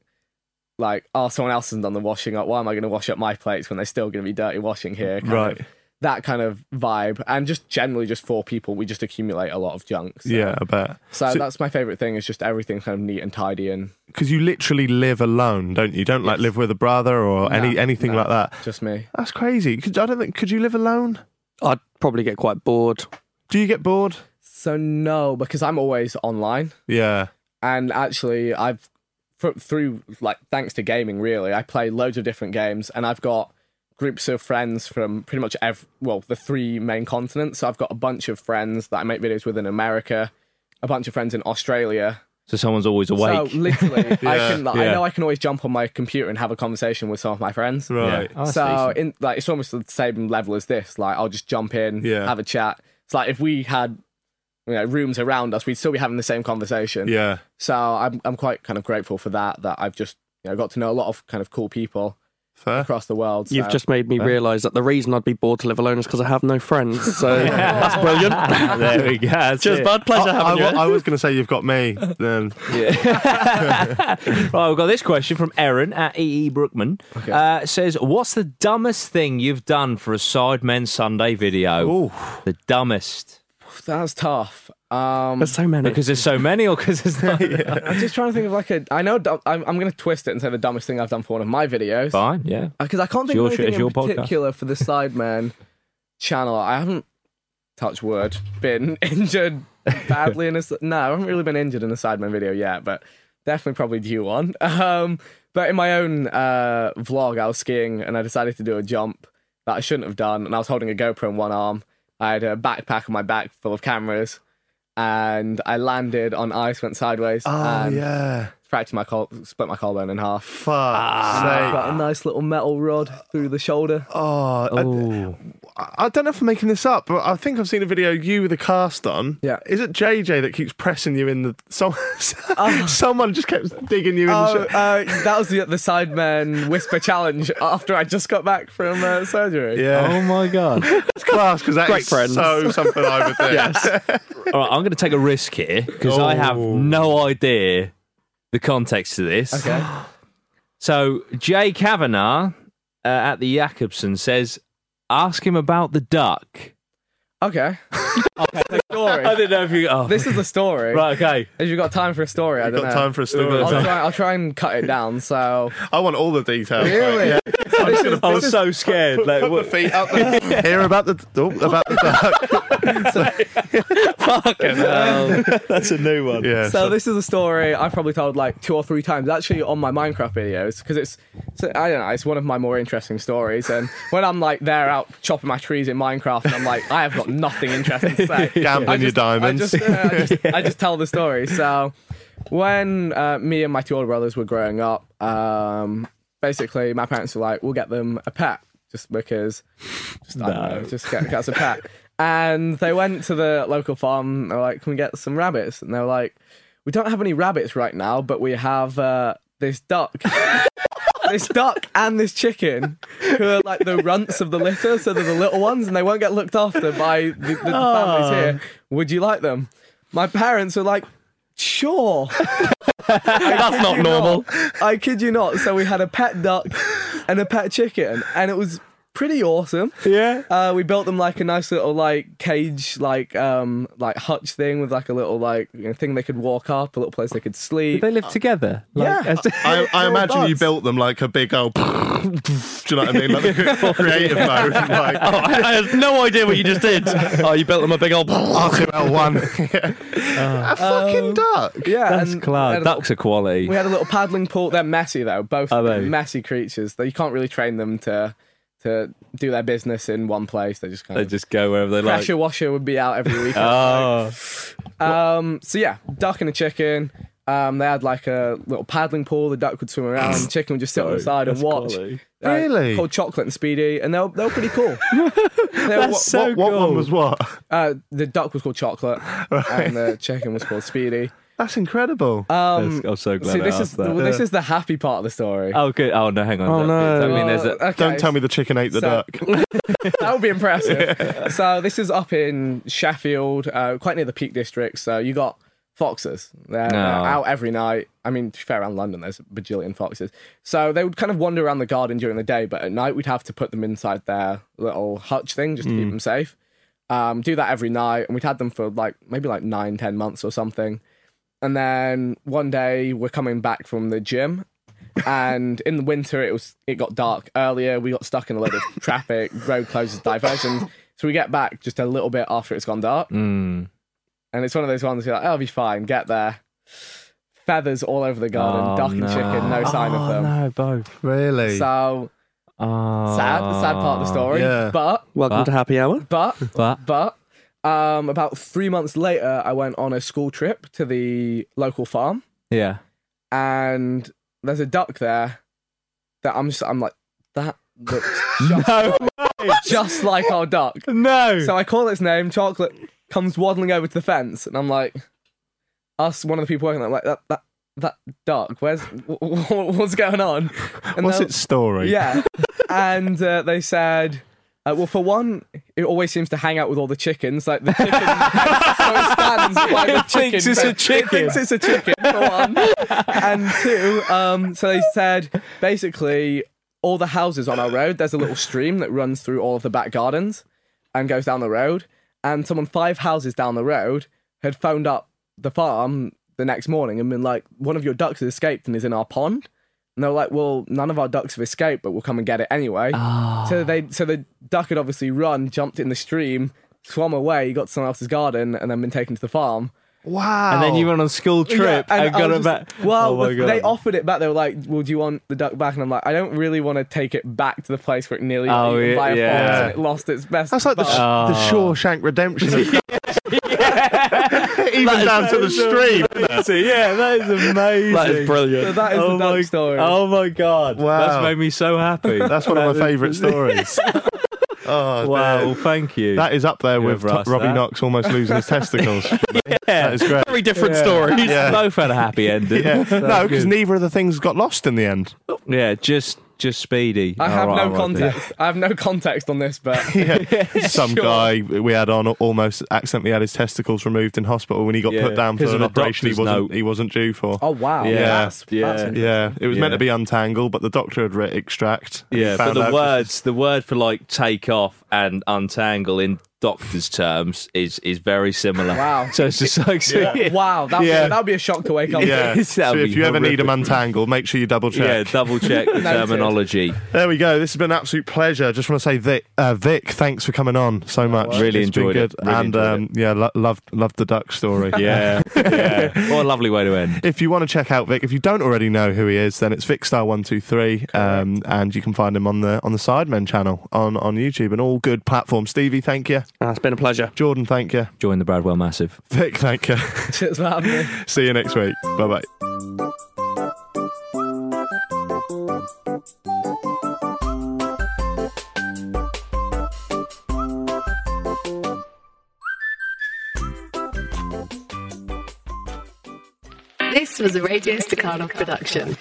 like, oh, someone else hasn't done the washing up. Why am I going to wash up my plates when they're still going to be dirty washing here? Kind Right. Of, that kind of vibe, and just generally, just for people, we just accumulate a lot of junk. So. yeah, I bet. So, that's my favorite thing is just everything kind of neat and tidy and because you literally live alone, don't you? You Don't like live with a brother or any anything like that. Just me. That's crazy. Could, I don't think. Could you live alone? (laughs) I'd probably get quite bored. Do you get bored? So no, because I'm always online. Yeah. And actually, I've fr- through like thanks to gaming, really, I play loads of different games, and I've got groups of friends from pretty much ev well the three main continents. So I've got a bunch of friends that I make videos with in America, a bunch of friends in Australia. So someone's always awake. (laughs) So literally, I Yeah, can. like, I yeah. know I can always jump on my computer and have a conversation with some of my friends. Right. Yeah. Oh, that's so decent. in like it's almost the same level as this. Like I'll just jump in, Yeah. have a chat. It's like if we had you know rooms around us, we'd still be having the same conversation. Yeah. So I'm I'm quite kind of grateful for that. That I've just you know got to know a lot of kind of cool people across the world. You've so- just made me Yeah. realise that the reason I'd be bored to live alone is because I have no friends. (laughs) So Yeah. that's (laughs) brilliant. There we go, that's Cheers, it. bud. (laughs) Pleasure I- having I you. wa- I was going to say you've got me. Then right, we've got this question from Erin at EE Brookman. Uh, says, What's the dumbest thing you've done for a Sidemen Sunday video? The dumbest. That's tough. Um, (laughs) there's so many. Because there's so many, or because (laughs) there's (laughs) not. I'm just trying to think of like a. I know dumb, I'm, I'm going to twist it and say the dumbest thing I've done for one of my videos. Fine, yeah. Because Uh, I can't It's think your of shit, anything it's your in podcast. particular for (laughs) the Sideman channel. I haven't, touch wood, been (laughs) injured badly in a. s- No, I haven't really been injured in a Sideman video yet, but definitely probably due one. (laughs) Um, but in my own uh, vlog, I was skiing and I decided to do a jump that I shouldn't have done, and I was holding a GoPro in one arm. I had a backpack on my back full of cameras, and I landed on ice, went sideways. Oh, and yeah. fractured my col- split my collarbone in half. Fuck. got a nice little metal rod through the shoulder. Oh, I, I don't know if I'm making this up, but I think I've seen a video of you with a cast on. Yeah. Is it JJ that keeps pressing you in the? Some, (laughs) someone just kept digging you in. Oh, the shit. uh, (laughs) that was the, the Sidemen Whisper Challenge after I just got back from uh, surgery. Yeah. Oh my (laughs) god. It's class because that's Great friends. so something I would do. Yes. All right, I'm going to take a risk here because I have Oh. no idea the context to this. Okay. So Jay Kavanagh uh, at the Jacobson says, "Ask him about the duck." (laughs) Okay. okay. The story. I didn't know if you. oh, (laughs) This is a story. Right, okay. Have you got time for a story? I We've don't got know. time for a story. I'll try, I'll try and cut it down. So (laughs) I want all the details. Really? Yeah. So this I is- this was is- so scared. like, Put the what- feet up. (laughs) Hear about the oh, about the duck. (laughs) Fucking hell. That's a new one. Yeah. so this is a story I've probably told like two or three times actually on my Minecraft videos because it's, it's I don't know it's one of my more interesting stories and when I'm like there out chopping my trees in Minecraft and I'm like I have got nothing interesting to say (laughs) Gambling I your just- diamonds. I just, uh, I, just, I just tell the story so when uh, me and my two older brothers were growing up um, basically my parents were like we'll get them a pet just because just, I don't know, just get, get us a pet. And they went to the local farm. They were like, "Can we get some rabbits?" And they were like, "We don't have any rabbits right now, but we have uh, this duck, this duck, and this chicken, who are like the runts of the litter. So they're the little ones, and they won't get looked after by the, the, the Ah. families here. Would you like them?" My parents were like, "Sure." That's not normal. (laughs) I kid you not. So we had a pet duck and a pet chicken, and it was pretty awesome. Yeah. Uh, we built them like a nice little like cage, like um, like hutch thing with like a little like you know, thing they could walk up, a little place they could sleep. They live together. Yeah. as- I, I They're imagine you buds. built them like a big old. (laughs) Do you know what I mean? Like (laughs) the creative mode, like Oh, I, I had no idea what you (laughs) just did. Oh, you built them a big old. Uh, RTL (laughs) one. A fucking um, duck. Yeah, That's and class. we had a- Ducks are quality. We had a little paddling pool. They're messy though, both Are they? messy creatures. They, you can't really train them to to do their business in one place. They just kind They of just go wherever they like. pressure washer would be out every (laughs) weekend. Oh, Um, so yeah, duck and a chicken. Um, they had like a little paddling pool. The duck would swim around. The chicken would just sit on the side and watch. Uh, Really? Called Chocolate and Speedy, and they were, they were (laughs) pretty cool. They were- What, what, what one was what? uh, the duck was called Chocolate, and the chicken was called Speedy. That's incredible. Uh, Um, I'm so glad see, I this asked is that. this is the happy part of the story. oh, good. Oh no, hang on. Oh, no. I mean, there's a. Well, okay, Don't tell me the chicken ate the so- duck. (laughs) (laughs) that would be impressive. So this is up in Sheffield, uh, quite near the Peak District. So you got foxes. They're, they're No. out every night. I mean, to be fair, around London, there's a bajillion foxes. So they would kind of wander around the garden during the day, but at night we'd have to put them inside their little hutch thing just to keep them safe. Um, do that every night, and we'd had them for like maybe like nine, ten months or something. And then one day we're coming back from the gym, and in the winter it was it got dark earlier. We got stuck in a (laughs) lot of traffic, road closes, diversions. So we get back just a little bit after it's gone dark, Mm. and it's one of those ones you're like, oh, "I'll be fine." Get there, feathers all over the garden, Oh, duck and chicken, no sign Oh, of them. No, both. Really? So Oh. sad, sad part of the story. yeah. But Welcome to Happy Hour. but But but um, about three months later, I went on a school trip to the local farm. yeah, and there's a duck there that I'm just I'm like that looks just, just like our duck. no. So I call its name. Chocolate comes waddling over to the fence, and I'm like, us one of the people working. there, I'm like that that that duck. Where's (laughs) wh- wh- what's going on? And What's they're- its story? yeah. And uh, they said, uh, well, for one, it always seems to hang out with all the chickens. Like the chicken, so it (laughs) stands by the chicken. thinks it's a but It thinks it's a chicken. For one, and two. Um, so they said basically all the houses on our road. There's a little stream that runs through all of the back gardens and goes down the road. And someone five houses down the road had phoned up the farm the next morning and been like, one of your ducks has escaped and is in our pond. And they were like, well, none of our ducks have escaped, but we'll come and get it anyway. Ah. So they, so the duck had obviously run, jumped in the stream, swam away, got to someone else's garden, and then been taken to the farm. Wow. And then you went on a school trip Yeah, and, I got was it just- back. Well, Oh my the- God. they offered it back. They were like, "Well, do you want the duck back?" And I'm like, "I don't really want to take it back to the place where it nearly got Oh, eaten yeah, by a yeah. fox and it lost its best." That's like the, sh- bite." the Ah. Shawshank Redemption. (laughs) of Even down to the (laughs) stream. yeah, (laughs) that is amazing. That is brilliant. So that is oh the duck my, story. Oh my god! Wow. that's made me so happy. (laughs) That's one of my (laughs) favourite stories. Oh, wow, dude. well, thank you. That is up there with Whoever T- asked Robbie that. Knox almost (laughs) losing his testicles. That is great. Very different stories. Yeah. Both had a happy ending. (laughs) Yeah. No, because good. neither of the things got lost in (laughs) the end. yeah, just just speedy. I have All right, no all right, then. context. I have no context on this, but (laughs) Some guy we had on almost accidentally had his testicles removed in hospital when he got Yeah, put down for 'cause of an a operation he doctor's wasn't note. he wasn't due for. oh wow, Yeah. that's, Yeah. that's Yeah, it was meant Yeah. to be untangle, but the doctor had written extract. and Yeah, but found the out- words, the word for like take off and untangle in doctor's terms is is very similar. Wow. (laughs) So it's just like (laughs) Wow, that would, Yeah. that would be a shock to wake (laughs) up. Yeah. to. That'd so if be you ever need them horrific. untangled, make sure you double check. Yeah, double check the Noted. terminology. There we go. This has been an absolute pleasure. Just want to say, Vic, uh, Vic thanks for coming on so much. Really It's been enjoyed it. good. Really and enjoyed um, yeah, lo- loved loved the duck story. (laughs) Yeah, yeah. What a lovely way to end. If you want to check out Vic, if you don't already know who he is, then it's VicStar123, um, and you can find him on the on the Sidemen channel on, on YouTube and all good platforms. Stevie, thank you. Ah, it's been a pleasure. Jordan, thank you. Join the Bradwell Massive. Vic, thank you. (laughs) (laughs) Cheers for having me. See you next week. Bye bye. This was a Radio Staccato production.